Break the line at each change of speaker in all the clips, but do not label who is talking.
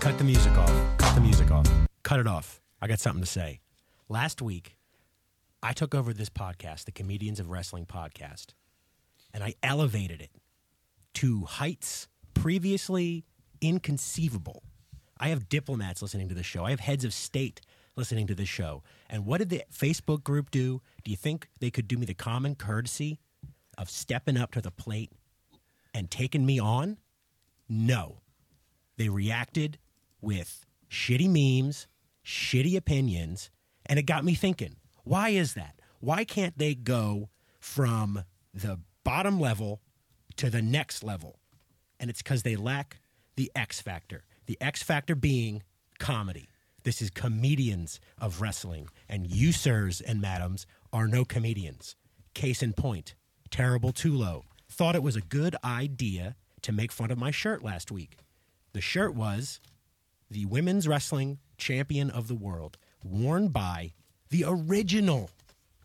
Cut the music off. Cut the music off. Cut it off. I got something to say. Last week, I took over this podcast, the Comedians of Wrestling podcast, and I elevated it to heights previously inconceivable. I have diplomats listening to the show. I have heads of state listening to the show. And what did the Facebook group do? Do you think they could do me the common courtesy of stepping up to the plate and taking me on? No. They reacted with shitty memes, shitty opinions, and it got me thinking why is that? Why can't they go from the bottom level to the next level? And it's because they lack the X factor. The X factor being comedy. This is comedians of wrestling, and you, sirs and madams, are no comedians. Case in point, Terrible Tulo thought it was a good idea to make fun of my shirt last week. The shirt was the women's wrestling champion of the world, worn by the original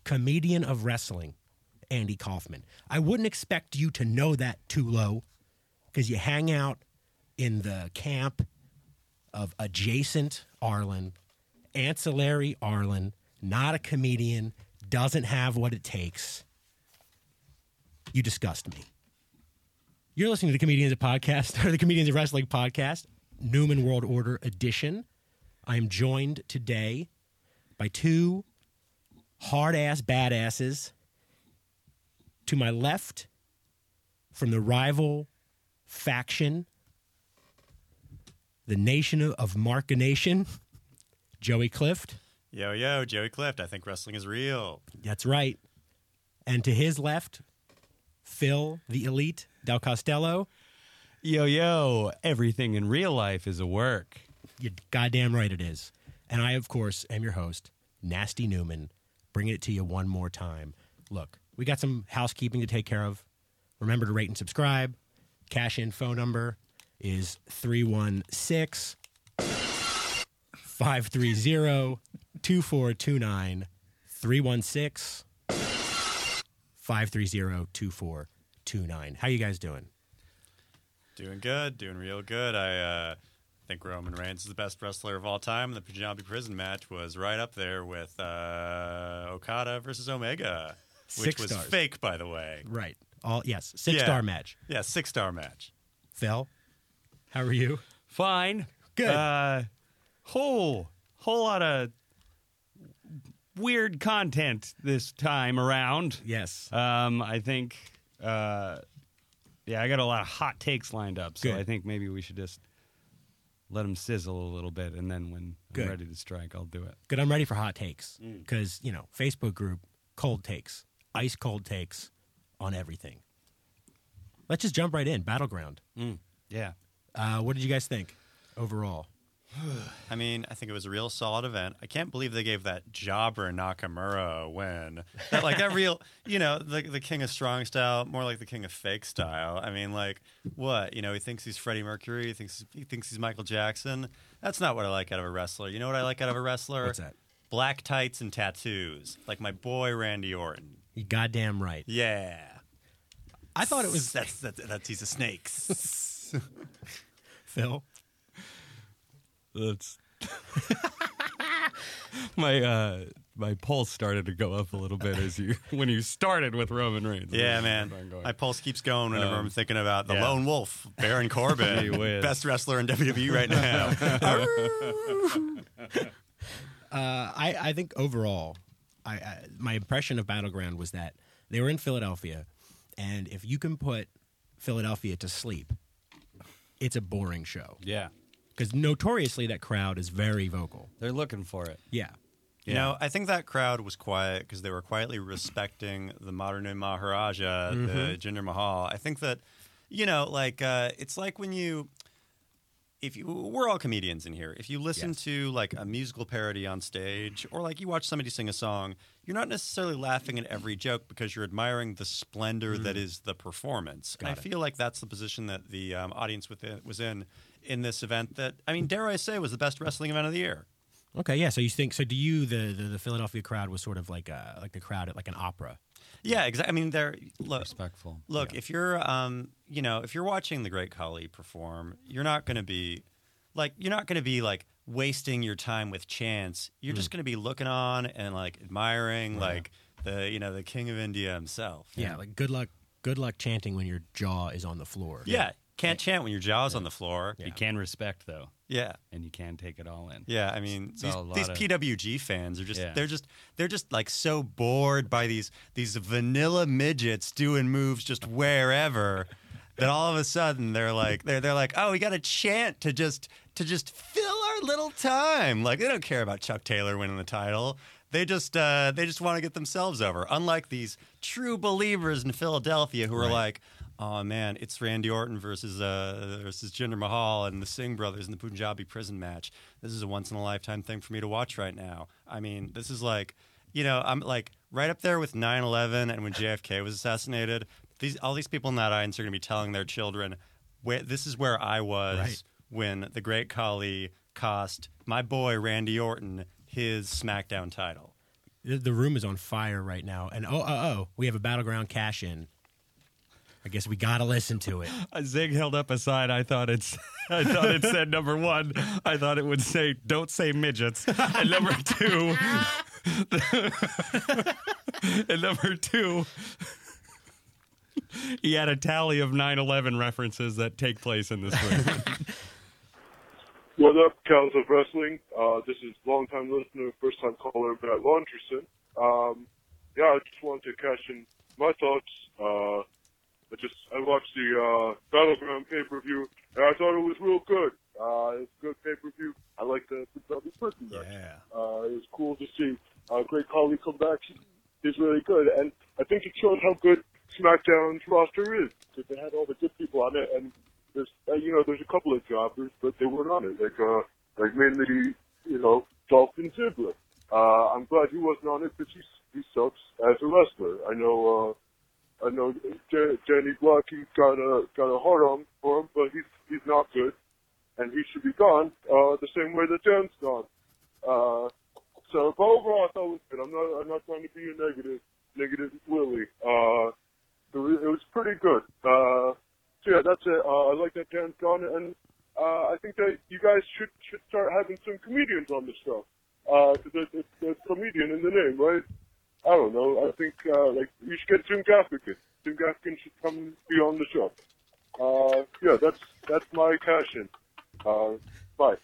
comedian of wrestling, Andy Kaufman. I wouldn't expect you to know that too low because you hang out in the camp of adjacent Arlen, ancillary Arlen, not a comedian, doesn't have what it takes. You disgust me. You're listening to the Comedians of Podcast, or the Comedians of Wrestling Podcast, Newman World Order Edition. I am joined today by two hard ass badasses. To my left, from the rival faction, the nation of- of Markination, Joey Clift.
Yo, yo, Joey Clift. I think wrestling is real.
That's right. And to his left, Phil the Elite, Del Costello.
Yo, yo, everything in real life is a work.
You're goddamn right it is. And I, of course, am your host, Nasty Newman, bringing it to you one more time. Look, we got some housekeeping to take care of. Remember to rate and subscribe. Cash in phone number is 316 530 2429. 316 530 2429. How you guys doing?
Doing good, doing real good. I uh, think Roman Reigns is the best wrestler of all time. The Punjabi prison match was right up there with uh, Okada versus Omega, which
Six
was
stars.
fake, by the way.
Right. All yes, six
Yeah.
star match.
Yeah, six star match.
Phil, how are you?
Fine.
Good.
Uh, whole whole lot of weird content this time around.
Yes.
Um, I think. Uh, yeah, I got a lot of hot takes lined up, so
Good.
I think maybe we should just let them sizzle a little bit, and then when
Good.
I'm ready to strike, I'll do it.
Good. I'm ready for hot takes because you know Facebook group cold takes, ice cold takes on everything. Let's just jump right in. Battleground.
Mm.
Mm. Yeah.
Uh, what did you guys think overall?
I mean, I think it was a real solid event. I can't believe they gave that jobber Nakamura a win. That like that real, you know, the the king of strong style, more like the king of fake style. I mean, like what? You know, he thinks he's Freddie Mercury. He thinks he thinks he's Michael Jackson. That's not what I like out of a wrestler. You know what I like out of a wrestler?
What's that?
Black tights and tattoos, like my boy Randy Orton.
You goddamn right.
Yeah,
I thought it was
that's that's, that's he's a snake.
Phil.
That's my uh my pulse started to go up a little bit as you when you started with Roman Reigns.
Yeah,
That's
man.
where I'm going.
My pulse keeps going whenever
Um,
I'm thinking about the
yeah.
lone wolf, Baron Corbin,
Gee whiz.
best wrestler in WWE right now.
Uh, I, I think overall, I, I, my impression of Battleground was that they were in Philadelphia, and if you can put Philadelphia to sleep, it's a boring show
yeah,
because notoriously that crowd is very vocal.
they're looking for it.
Yeah.
You
Yeah.
know, I think that crowd was quiet because they were quietly respecting the modern day Maharaja, the
Mm-hmm.
Jinder Mahal. I think that, you know, like uh, it's like when you, if you, we're all comedians in here. If you listen
Yes.
to like a musical parody on stage, or like you watch somebody sing a song, you're not necessarily laughing at every joke because you're admiring the splendor that is the performance. and I
Mm-hmm. Got it.
feel like that's the position that the um, audience within, was in in this event. That I mean, dare I say, was the best wrestling event of the year.
Okay, yeah. So you think so? Do you the the, the Philadelphia crowd was sort of like a, like the crowd at like an opera?
Yeah, exactly. I mean, they're look.
Respectful.
Look, if you're, um, you know, if you're watching the Great Khali perform, you're not going to be like you're not going to be like wasting your time with chance. You're just going to be looking on and like admiring like the you know the king of India himself.
Yeah, like good luck, good luck chanting when your jaw is on the floor.
Yeah. Can't chant when your jaw's on the floor. Yeah.
You can respect though,
Yeah.
and you can take it all in.
I mean
It's
these,
a lot
these
of-
PWG fans are just
Yeah.
they're just they're just like so bored by these these vanilla midgets doing moves just wherever that all of a sudden they're like they're they're like, "Oh, we got to chant to just to just fill our little time." Like they don't care about Chuck Taylor winning the title. They just uh, they just want to get themselves over. Unlike these true believers in Philadelphia who are like, "Oh man, it's Randy Orton versus uh, versus Jinder Mahal and the Singh brothers in the Punjabi prison match. This is a once in a lifetime thing for me to watch right now." I mean, this is like, you know, I'm like right up there with 9/11 and when JFK was assassinated. These all these people in that audience are going to be telling their children, where, "This is where I was."
Right.
when the great Kali cost my boy Randy Orton his SmackDown title.
The, the room is on fire right now, and oh, oh, oh, we have a battleground cash in. I guess we gotta listen to it.
Uh, Zig held up a sign. I thought it's. I thought it said number one. I thought it would say "Don't say midgets." And number two. and number two. He had a tally of 9/11 references that take place in this room.
What up, Cows of Wrestling? Uh, this is longtime listener, first time caller Matt Laundrison. Um, yeah, I just wanted to cash in my thoughts. Uh, I just I watched the uh, Battleground pay per view and I thought it was real good. Uh, it's a good pay per view. I like the Punjabi person.
Yeah.
Uh, it was cool to see uh, great colleague come back. He's really good, and I think it showed how good SmackDown's roster is because they had all the good people on it, and there's uh, you know there's a couple of jobbers, but they weren't on it, like uh, like mainly you know Dolphin Ziggler. Uh, I'm glad he wasn't on it because he he sucks as a wrestler. I know. Uh, I know J- Danny Blocking got a got a hard on for him, but he's he's not good, and he should be gone. Uh, the same way that Dan's gone. Uh, so, but overall, I thought it was good. I'm not I'm not trying to be a negative negative Willie. Uh, it was, it was pretty good. Uh, so yeah, that's it. Uh, I like that Dan's gone, and uh, I think that you guys should should start having some comedians on the show because uh, 'cause there's, there's, there's comedian in the name, right? I don't know. I think uh, like you should get Jim Gaffigan. Jim Gaffigan should come be on the show. Uh, yeah, that's that's my cash in. Uh, bye.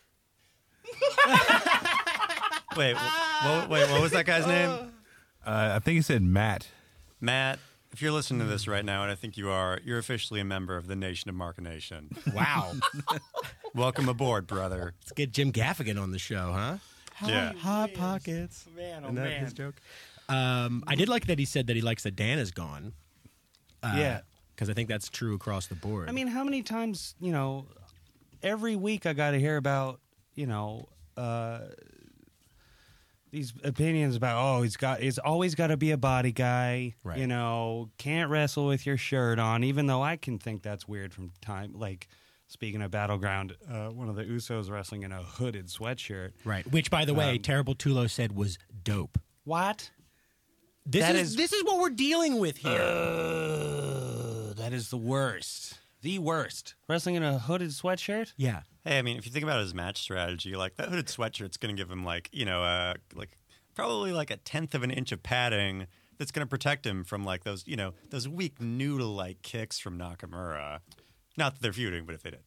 Wait, wh- what, wait, what was that guy's name?
Uh, I think he said Matt.
Matt. If you're listening to this right now, and I think you are, you're officially a member of the Nation of Mark Nation.
Wow,
Welcome aboard, brother.
let's get Jim Gaffigan on the show, huh?
Yeah.
Hot pockets.
Man,
Isn't that his joke? Um, I did like that he said that he likes that Dan is gone.
yeah.
because I think that's true across the board.
Ah. I mean, how many times, you know, every week I got to hear about, you know, uh, these opinions about oh he's got he's always got to be a body guy,
Right.
you know, can't wrestle with your shirt on. Even though I can think that's weird from time. Like speaking of battleground, uh, one of the Usos wrestling in a hooded sweatshirt.
right? Which, by the way, terrible Tulo said was dope.
What?
This
That
is,
is-
this is what we're dealing with here.
Uh, that is the worst. The worst. Wrestling in a hooded sweatshirt.
yeah,
Hey, I mean, if you think about his match strategy, like that hooded sweatshirt's going to give him like you know, uh, like probably like a tenth of an inch of padding that's going to protect him from like those you know those weak noodle like kicks from Nakamura. Not that they're feuding, but if they did.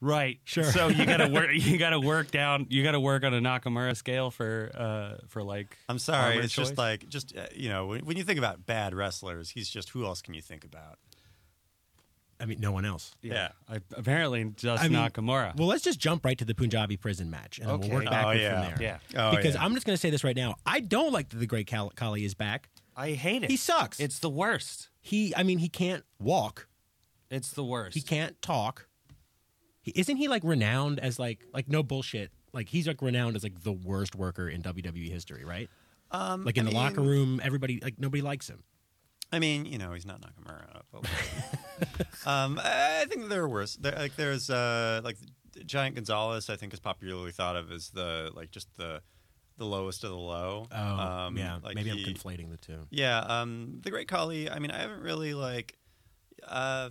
Right. Sure. So you gotta work. You gotta work down. You gotta work on a Nakamura scale for uh for like.
I'm sorry.
armor
It's
choice.
just like just uh, you know when, when you think about bad wrestlers, he's just who else can you think about?
I mean, no one else.
yeah.
I, apparently just
I mean,
Nakamura.
Well, let's just jump right to the Punjabi prison match, and then
Okay.
we'll work
Oh,
backwards
yeah.
from there.
yeah.
Oh,
because
yeah.
I'm just going to say this right now. I don't like that the Great Cal- Kali is back.
I hate it.
He sucks.
It's the worst.
He, I mean, he can't walk.
It's the worst.
He can't talk. He, isn't he like renowned as like like no bullshit? Like he's like renowned as like the worst worker in WWE history, right? Um, like in
I
the
mean-
locker room, everybody like nobody likes him.
I mean, you know, he's not Nakamura. But whatever. um, I I think there are worse. There, like there's uh, like Giant Gonzalez. I think is popularly thought of as the like just the the lowest of the low. Um,
Oh, yeah.
like
Maybe
he-
I'm conflating the two.
Yeah, um, the Great Kali. I mean, I haven't really like. Uh,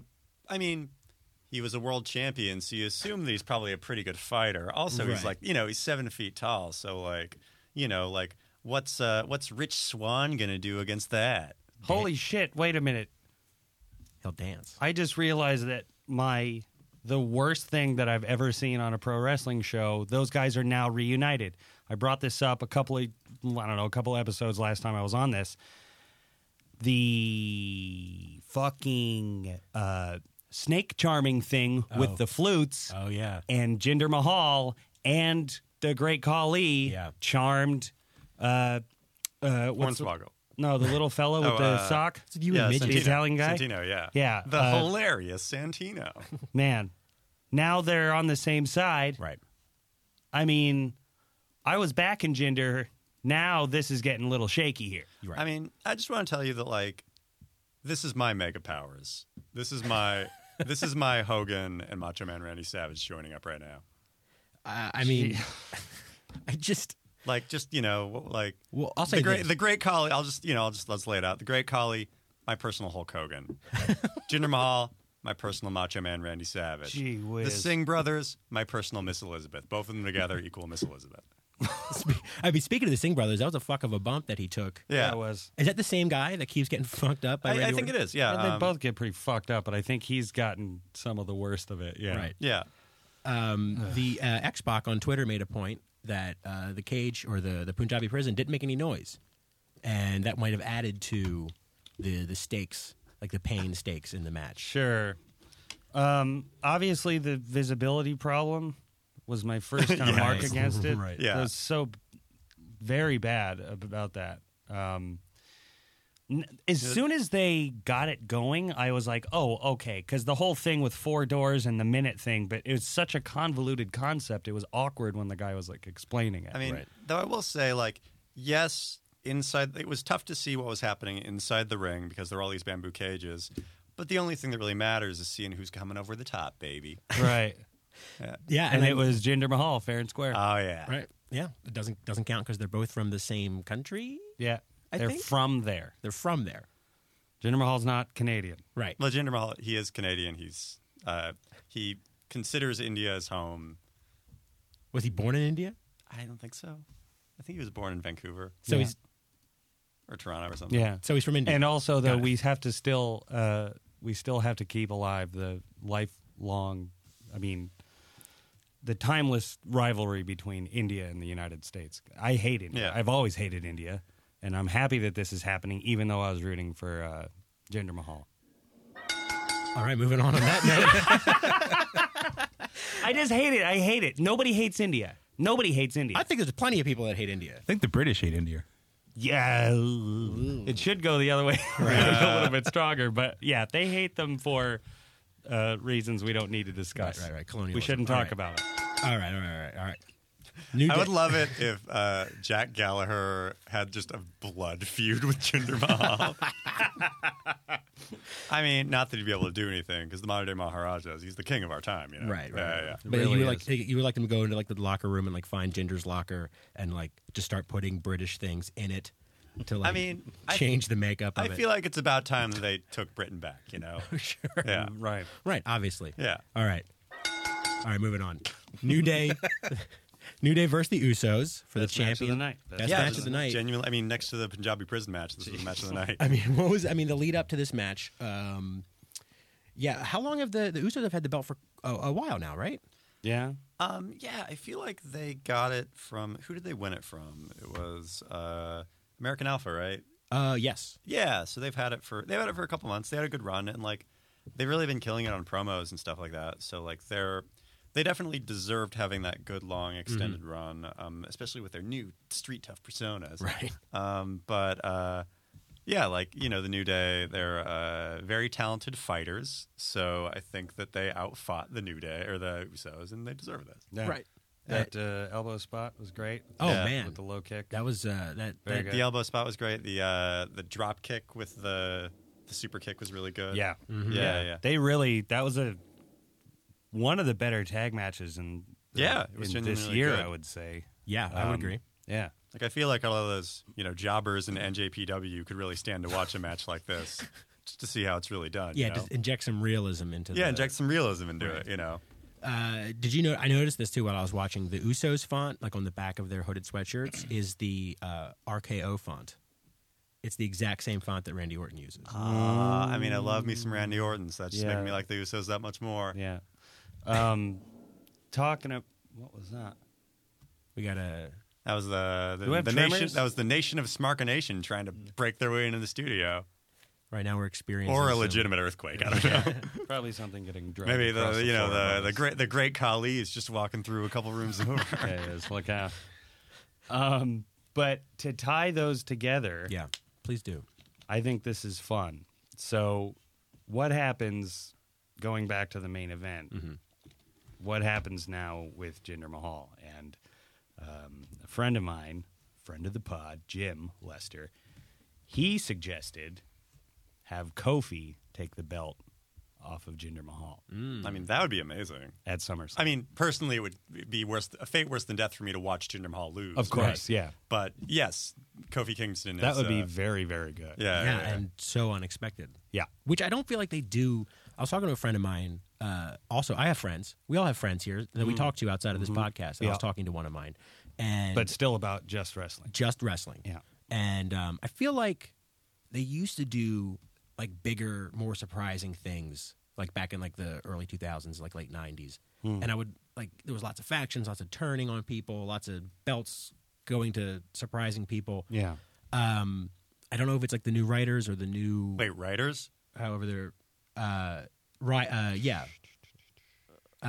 I mean, he was a world champion, so you assume that he's probably a pretty good fighter. Also,
Right.
he's like, you know, he's seven feet tall, so like, you know, like what's uh, what's Rich Swan gonna do against that?
Holy shit! Wait a minute.
He'll dance.
I just realized that my the worst thing that I've ever seen on a pro wrestling show. Those guys are now reunited. I brought this up a couple of I don't know a couple episodes last time I was on this. The fucking uh, snake charming thing
Oh.
with the flutes
Oh yeah.
and Jinder Mahal and the Great Khali
Yeah.
charmed. Uh, uh, what's the-
Hornswoggle.
no, the little fellow with
Oh,
the
uh,
sock.
you
yeah,
a midget?
Santino.
The Italian guy?
Santino, yeah,
Yeah,
the
uh,
hilarious Santino.
Man, now they're on the same side.
Right.
I mean, I was backing Jinder. Now this is getting a little shaky here.
You're right.
I mean, I just want to tell you that like this is my mega powers. This is my this is my Hogan and Macho Man Randy Savage joining up right now.
I, I mean, I just.
Like just, you know, like
Well, I'll say
the great
this.
the great collie, I'll just, you know, I'll just let's lay it out. The great collie, my personal Hulk Hogan. Jinder Mahal, my personal Macho Man Randy Savage.
Gee
the
whiz.
Singh brothers, my personal Miss Elizabeth. Both of them together equal Miss Elizabeth.
Spe- I mean, speaking of the Singh brothers, that was a fuck of a bump that he took.
Yeah.
That was.
Is that the same guy that keeps getting fucked up? By
I,
Randy
I think it
Orton?
is. Yeah.
And they
um,
both get pretty fucked up, but I think he's gotten some of the worst of it. Yeah.
Right.
Yeah.
Um, the uh, Xbox on Twitter made a point that uh, the cage or the, the Punjabi prison didn't make any noise, and that might have added to the the stakes, like the pain stakes in the match.
Sure. Um, obviously, the visibility problem was my first kind of mark
Right.
against it.
Right.
Yeah.
It was so b- very bad ab- about that. Um, n- as soon as they got it going, I was like, oh, okay. Because the whole thing with four doors and the minute thing, but it was such a convoluted concept. It was awkward when the guy was like explaining it.
I mean, though I will say, like, yes, inside it was tough to see what was happening inside the ring because there were all these bamboo cages. But the only thing that really matters is seeing who's coming over the top, baby.
right.
Yeah,
And it was Jinder Mahal, fair and square.
Oh yeah,
right. Yeah, it doesn't doesn't count because they're both from the same country.
yeah.
I
They're
think-
from there.
They're from there,
Jinder Mahal's not Canadian.
right?
Well, Jinder Mahal, he is Canadian. He's uh, he considers India his home.
Was he born in India?
I don't think so. I think he was born in Vancouver
So
Yeah.
he's
or Toronto or something.
Yeah.
so he's from India.
And also, though,
Got it.
we have to still uh, we still have to keep alive the lifelong, I mean, the timeless rivalry between India and the United States. I hate India.
Yeah.
I've always hated India, and I'm happy that this is happening, even though I was rooting for uh, Jinder Mahal.
All right, moving on on that note.
I just hate it. I hate it. Nobody hates India. Nobody hates India.
I think there's plenty of people that hate India.
I think the British hate India.
yeah, it should go the other way, a little bit stronger. But yeah, they hate them for uh, reasons we don't need to discuss.
Right, right, right. Colonialism.
We shouldn't
All
talk
right.
about it.
All right, all right, all right, all right. New
I
Day-
would love it if uh, Jack Gallagher had just a blood feud with Jinder Mahal. I mean, not that he'd be able to do anything because the modern day Maharajas, he's the king of our time, you know.
Right, right.
Yeah,
right.
yeah.
But
Really
you would like
is.
you would like them to go into like the locker room and like find Ginger's locker and like just start putting British things in it to like
mean, I-
change the makeup of
I
it.
feel like it's about time that they took Britain back, you know?
sure.
Yeah.
Right.
Right, obviously.
Yeah.
All right. All right, moving on. New Day New Day versus the Usos for
Best
the
match of
champion.
the night.
Best
Best
yeah,
match
this
of
is
the night.
Genuinely, I mean, next to the Punjabi prison match, this was the match of the night.
I mean, what was I mean the lead up to this match? Um yeah, how long have the the Usos have had the belt for a, a while now, right?
Yeah.
Um, yeah, I feel like they got it from who did they win it from? It was uh, American Alpha, right?
Uh yes.
Yeah, so they've had it for they've had it for a couple months. They had a good run and like they've really been killing it on promos and stuff like that. So like they're they definitely deserved having that good
Mm-hmm.
long extended run, um, especially with their new street tough personas.
Right.
Um, but uh, yeah, like you know, the New Day, they're uh, very talented fighters. So I think that they outfought the New Day or the Usos, and they deserve this.
Yeah.
Right.
That uh, elbow spot was great.
Oh
Yeah,
man.
With the low kick.
That was uh, that.
Very
that
The
good.
elbow spot was great. The uh, the drop kick with the the super kick was really good.
yeah.
Yeah, yeah.
They really, that was a one of the better tag matches in, uh,
Yeah, it was
in this
genuinely
year,
good.
I would say.
yeah, I would
Um,
agree.
Yeah.
Like I feel like all of those, you know, jobbers in NJPW could really stand to watch a match like this. just to see how it's really done.
Yeah,
you know?
just inject some realism into.
yeah,
the,
inject some realism into it. You know,
Uh, did you know? I noticed this too while I was watching the Usos font, like on the back of their hooded sweatshirts, is the uh, RKO font. It's the exact same font that Randy Orton uses.
uh, I mean, I love me some Randy Orton, so that's just
Yeah.
making me like the Usos that much more.
Yeah. Um, talking of what was that?
we got a
That was the
Do we
the,
have Mm.
the nation.
tremors?
That was the nation of Smarkination trying to break their way into the studio,
right now we're experiencing
or a
some-
legitimate earthquake. I don't know.
Probably something getting dragged.
Maybe the,
across
you know
floor
the,
above
the
us.
great the great Kali is just walking through a couple rooms over.
Yeah, it is like a. Um, but to tie those together,
Yeah, please do.
I think this is fun. So, what happens going back to the main event? What happens now with Jinder Mahal? And um, a friend of mine, friend of the pod, Jim Lester, he suggested have Kofi take the belt off of Jinder Mahal
I mean, that would be amazing.
at SummerSlam.
I mean, personally, it would be worse a fate worse than death for me to watch Jinder Mahal lose.
of course, yeah.
but yes, Kofi Kingston.
That
is,
would be
uh,
very, very good.
yeah,
yeah, yeah, yeah.
and so unexpected.
Yeah.
Which I don't feel like they do. I was talking to a friend of mine. Uh, also, I have friends. We all have friends here that we talk to outside of this podcast. And I
Yeah.
was talking to one of mine, and
But still about just wrestling.
just wrestling.
Yeah.
And um, I feel like they used to do like bigger, more surprising things, like back in like the early 2000s, like late 90s.
Hmm.
And I would like there was lots of factions, lots of turning on people, lots of belts going to surprising people.
Yeah.
Um, I don't know if it's like the new writers or the new
Wait, writers?
however they're uh right uh yeah uh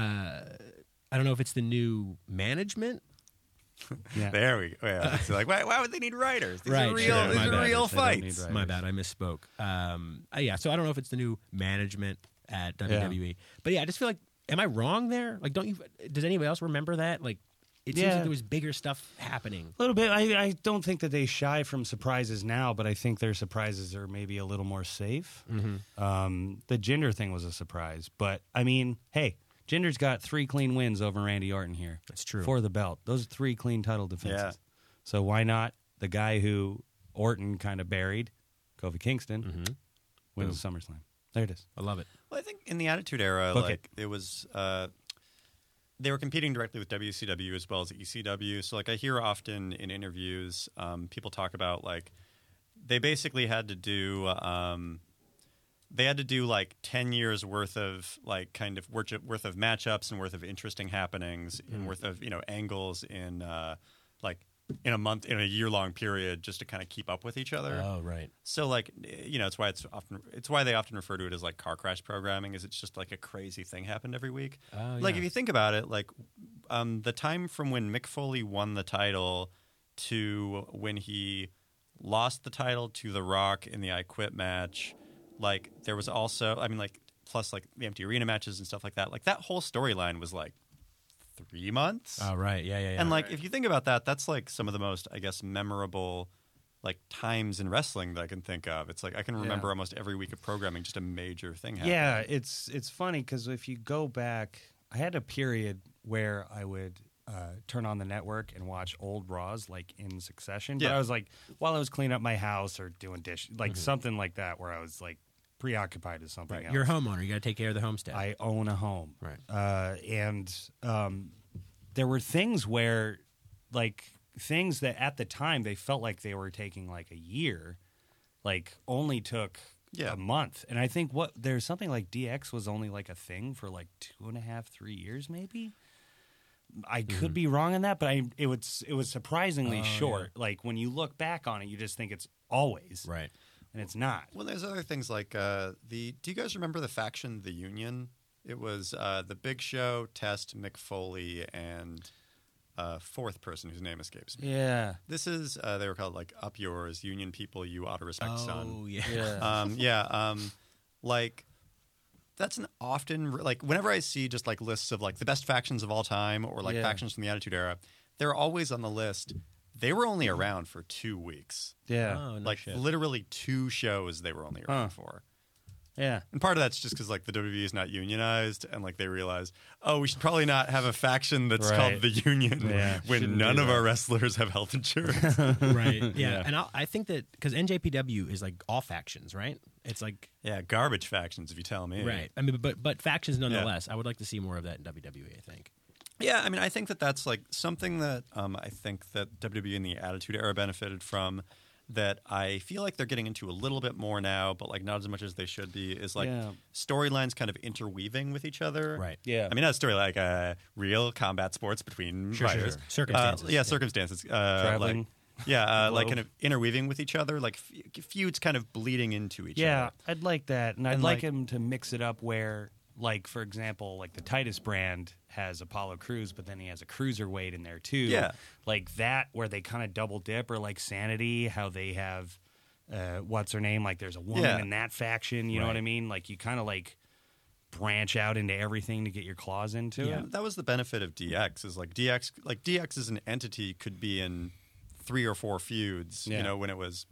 i don't know if it's the new management
Yeah.
There we go. Yeah, it's like, why, why would they need writers? These
Right,
are real.
sure,
these
my
are
bad.
real
They don't need
fights.
writers.
my bad i misspoke um uh, yeah so i don't know if it's the new management at wwe but yeah i just feel like am i wrong there like don't you does anybody else remember that like it seems
Yeah.
like there was bigger stuff happening
A little bit. I, I don't think that they shy from surprises now, but I think their surprises are maybe a little more safe. Um, the gender thing was a surprise, but I mean, hey, gender's got three clean wins over Randy Orton here.
That's true.
For the belt. Those are three clean title defenses.
Yeah.
So why not the guy who Orton kind of buried, Kofi Kingston, wins SummerSlam? There it is.
i love it
Well, I think in the Attitude Era,
Book
like it was, uh, they were competing directly with WCW as well as ECW. So, like, I hear often in interviews, um, people talk about like they basically had to do, um, they had to do like ten years worth of like kind of worth of, worth of matchups and worth of interesting happenings and worth of you know angles in uh, like in a month in a year long period just to kind of keep up with each other.
oh right
So like you know, it's why it's often it's why they often refer to it as like car crash programming. Is it's just like a crazy thing happened every week.
Oh,
Like
yeah.
if you think about it, like um, the time from when Mick Foley won the title to when he lost the title to The Rock in the I Quit match, like there was also I mean like plus like the empty arena matches and stuff like that. Like that whole storyline was like three months.
oh right yeah yeah, yeah.
And like, if you think about that, that's like some of the most, I guess, memorable like times in wrestling that I can think of. It's like I can remember almost every week of programming, just a major thing happened.
Yeah, it's it's funny because if you go back, I had a period where I would uh, turn on the network and watch old Raws like in succession. But
Yeah.
I was like, while I was cleaning up my house or doing dish, like something like that, where I was like preoccupied with something
Mm-hmm. Right.
else.
you're a homeowner you got to take care of the homestead
I own a home,
Right.
Uh, and um, there were things where, like, things that at the time they felt like they were taking like a year, like only took
Yeah.
a month. And I think what there's something like DX was only like a thing for like two and a half, three years, maybe. I could
Mm.
be wrong on that, but I it was it was
Oh,
Oh,
surprisingly short. Like when you look back on it, you just think it's always
right
and it's not.
Well, there's other things like uh, the. Do you guys remember the faction, the Union? It was uh, the Big Show, Test, Mick Foley, and uh, fourth person whose name escapes me.
Yeah,
This is uh, they were called like Up Yours, Union People, You Ought to Respect, Son.
oh yeah
yeah,
um, yeah, um, like that's an often like whenever I see just like lists of like the best factions of all time or like
Yeah.
factions from the Attitude Era, they're always on the list. They were only around for two weeks,
yeah.
oh, no
like
shit.
literally two shows. They were only around
Huh.
for.
Yeah.
And part of that's just because like the WWE is not unionized, and like they realized, oh, we should probably not have a faction that's
Right.
called the Union
Yeah,
when
shouldn't
none
do
of
that.
our wrestlers have health insurance.
right? Yeah, and I, I think that because NJPW is like all factions, right? It's like
yeah, garbage factions, if you tell me.
right. I mean, but but factions nonetheless. I would like to see more of that in WWE. I think.
Yeah, I mean, I think that that's like something that um, I think that WWE and the Attitude Era benefited from. That I feel like they're getting into a little bit more now, but like not as much as they should be. Is like
Yeah.
storylines kind of interweaving with each other,
Right.
Yeah.
I mean, not a story like uh, real combat sports between
Sure, sure,
fighters.
sure. Circumstances,
Uh, yeah,
yeah.
circumstances. Uh,
Traveling.
Like, yeah, uh, like
globe.
kind of interweaving with each other, like fe- feuds kind of bleeding into each
Yeah,
other.
I'd like that, and I'd
And,
like,
like-
him to mix it up where, like for example, like the Titus brand has Apollo Crews, but then he has a cruiserweight in there too.
Yeah.
like that where they kind of double dip, or like Sanity, how they have uh, what's her name? Like there's a woman
Yeah.
in that faction. You know what I mean? Like you kind of like branch out into everything to get your claws into.
Yeah,
it.
that was the benefit of DX is like DX like DX as an entity could be in three or four feuds.
Yeah.
You know, when it was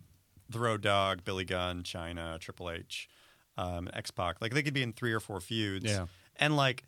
the Road Dog, Billy Gunn, China, Triple H, um, X Pac. Like they could be in three or four feuds.
Yeah.
And like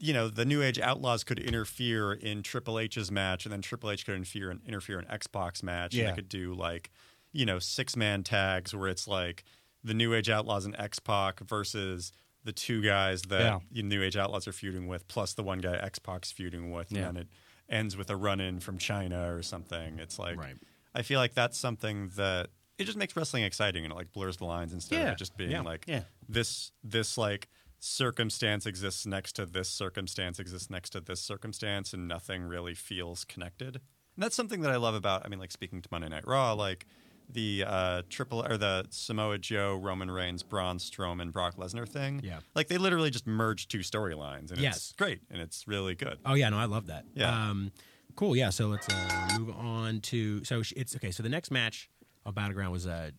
you know, the New Age Outlaws could interfere in Triple H's match, and then Triple H could interfere in, interfere in Xbox match. And
Yeah.
they could do like, you know, six man tags where it's like the New Age Outlaws and X Pac versus the two guys that
Yeah.
you New Age Outlaws are feuding with, plus the one guy X Pac's feuding with,
Yeah.
and then it ends with a run in from China or something. It's like
Right.
I feel like that's something that it just makes wrestling exciting and it like blurs the lines instead of
Yeah.
it just being
Yeah.
like
Yeah.
this this like circumstance exists next to this circumstance exists next to this circumstance and nothing really feels connected. And that's something that I love about I mean like speaking to Monday Night Raw, like the uh, triple or the Samoa Joe, Roman Reigns, Braun Strowman, Brock Lesnar thing.
Yeah.
Like they literally just merged two storylines and
Yes.
it's great and it's really good.
Oh yeah, no, I love that.
Yeah.
Um, cool. Yeah. So let's uh, move on to so sh- it's okay. So the next match on Battleground was uh,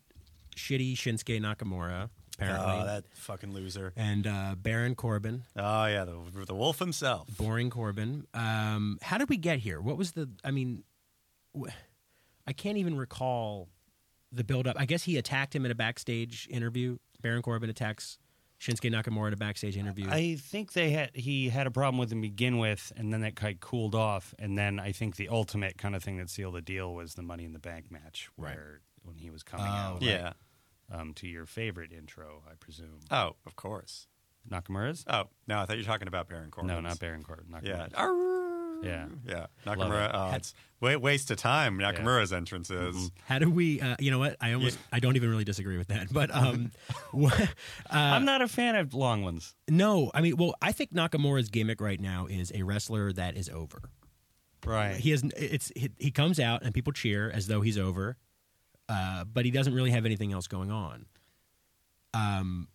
shitty Shinsuke Nakamura apparently,
Oh, that fucking loser.
and uh, Baron Corbin,
Oh yeah, the, the wolf himself.
boring Corbin. Um, how did we get here? What was the? I mean, wh- I can't even recall the build up. I guess he attacked him in a backstage interview. Baron Corbin attacks Shinsuke Nakamura in a backstage interview.
I think they had he had a problem with him to begin with, and then that kind of cooled off. And then I think the ultimate kind of thing that sealed the deal was the Money in the Bank match,
Right.
where when he was coming
Oh,
out,
Yeah.
um, to your favorite intro, I presume
Oh, of course.
Nakamura's.
Oh no, I thought you were talking about Baron Corbin.
No, not Baron Corbin.
Yeah.
Nakamura's.
Arrr.
Yeah.
Yeah.
it.
Nakamura. Oh, it's wa- waste of time. Nakamura's entrances.
Mm-hmm.
How do we? Uh, you know what? I almost. I don't even really disagree with that. But um, what,
I'm not a fan of long ones.
no, I mean, well, I think Nakamura's gimmick right now is a wrestler that is over.
Right.
He has. It's he, he comes out and people cheer as though he's over, uh, but he doesn't really have anything else going on. Um,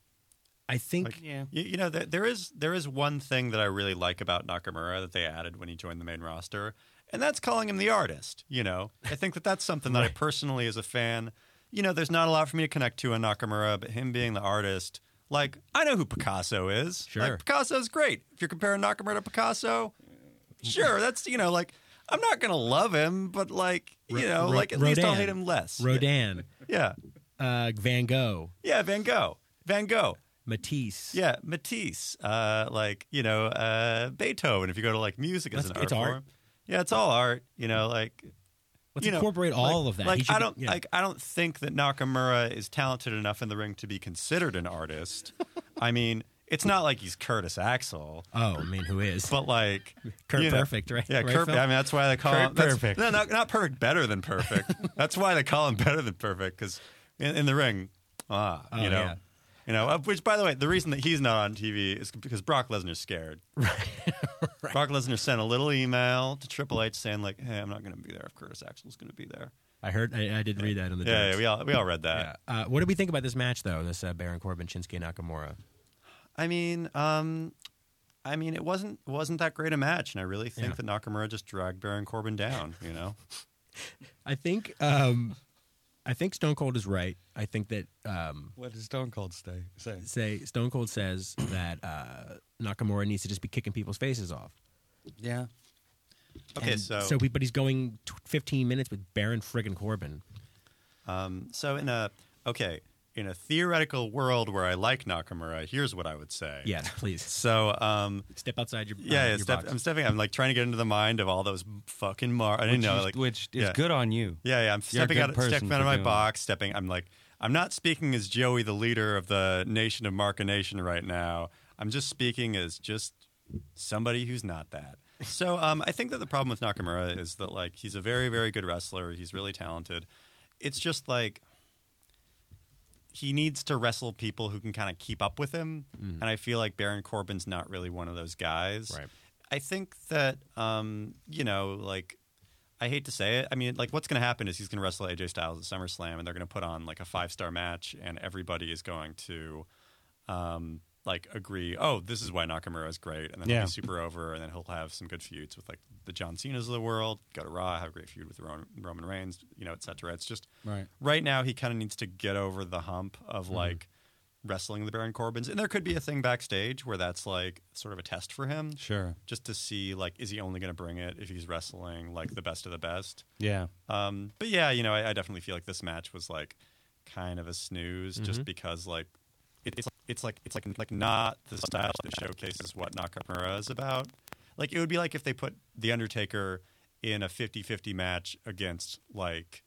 I think.
Like,
Yeah.
You, you know, there, there is there is one thing that I really like about Nakamura that they added when he joined the main roster, and that's calling him the artist. You know, I think that that's something that I personally, as a fan, you know, there's not a lot for me to connect to on Nakamura, but him being the artist, like I know who Picasso is.
Sure.
like, Picasso's great. If you're comparing Nakamura to Picasso, sure, that's you know, like I'm not gonna love him, but like you know,
Ro-
oh, like at least I'll
Rodin.
hate him less.
Rodin,
Yeah,
uh, Van Gogh,
yeah, Van Gogh, Van Gogh.
Matisse.
Yeah, Matisse, uh, like you know uh, Beethoven. If you go to like music as an
That's-
art
it's
form,
art.
yeah, it's all art. You know, like
Let's
you know,
incorporate
like-
all of that. He
Like
should
I
be-
don't
yeah.
like I don't think that Nakamura is talented enough in the ring to be considered an artist. I mean, it's not like he's Curtis Axel,
Oh, I mean, who is?
but like
Kurt
you know-
Perfect, right?
Yeah,
Right,
Kurt.
Phil?
I mean, that's why they call
Kurt
him that's-
Perfect.
No, not, not perfect. Better than perfect. that's why they call him better than perfect because in, in the ring, ah,
Oh,
you know,
yeah.
you know. uh, Which, by the way, the reason that he's not on TV is because Brock Lesnar's scared. Brock Lesnar sent a little email to Triple H saying like, "Hey, I'm not going to be there if Curtis Axel's going to be there."
I heard. I, I did read that in the.
Yeah,
docs.
yeah, we all we all read that.
Uh, what do we think about this match, though? This uh, Baron Corbin, Shinsuke Nakamura.
I mean, um, I mean, it wasn't it wasn't that great a match, and I really think
Yeah.
that Nakamura just dragged Baron Corbin down. You know,
I think, um, I think Stone Cold is right. I think that um,
What does Stone Cold say? say?
say Stone Cold says that uh, Nakamura needs to just be kicking people's faces off.
Yeah.
okay,
And we, but he's going t- 15 minutes with Baron friggin' Corbin.
Um, so in a okay, in a theoretical world where I like Nakamura, here's what I would say.
Yes, please
So, um,
step outside your
yeah,
uh,
yeah
your
step,
box.
I'm stepping. I'm like trying to get into the mind of all those fucking Mar. I
which,
didn't know,
is-
like,
which is
yeah.
good on you.
yeah, yeah. I'm
You're a
stepping
good
out,
person
stepping
for
out of my
doing that.
box. Stepping. I'm like, I'm not speaking as Joey, the leader of the nation of Marka Nation, right now. I'm just speaking as just somebody who's not that. So, um, I think that the problem with Nakamura is that like he's a very, very good wrestler. He's really talented. It's just like he needs to wrestle people who can kind of keep up with him. And I feel like Baron Corbin's not really one of those guys.
Right.
I think that, um, you know, like, I hate to say it. I mean, like, what's going to happen is he's going to wrestle AJ Styles at SummerSlam and they're going to put on like a five star match and everybody is going to, um, like, agree, oh, this is why Nakamura is great. And then
Yeah.
he'll be super over and then he'll have some good feuds with like the John Cena's of the world, go to Raw, have a great feud with Ron- Roman Reigns, you know, et cetera. It's just,
Right. Mm-hmm.
right now he kind of needs to get over the hump of like wrestling the Baron Corbins, and there could be a thing backstage where that's like sort of a test for him,
Sure.
just to see like is he only going to bring it if he's wrestling like the best of the best.
Yeah.
Um, but yeah, you know, I, I definitely feel like this match was like kind of a snooze, just because like it, it's it's like it's like like not the style that showcases what Nakamura is about. Like it would be like if they put the Undertaker in a 50-50 match against like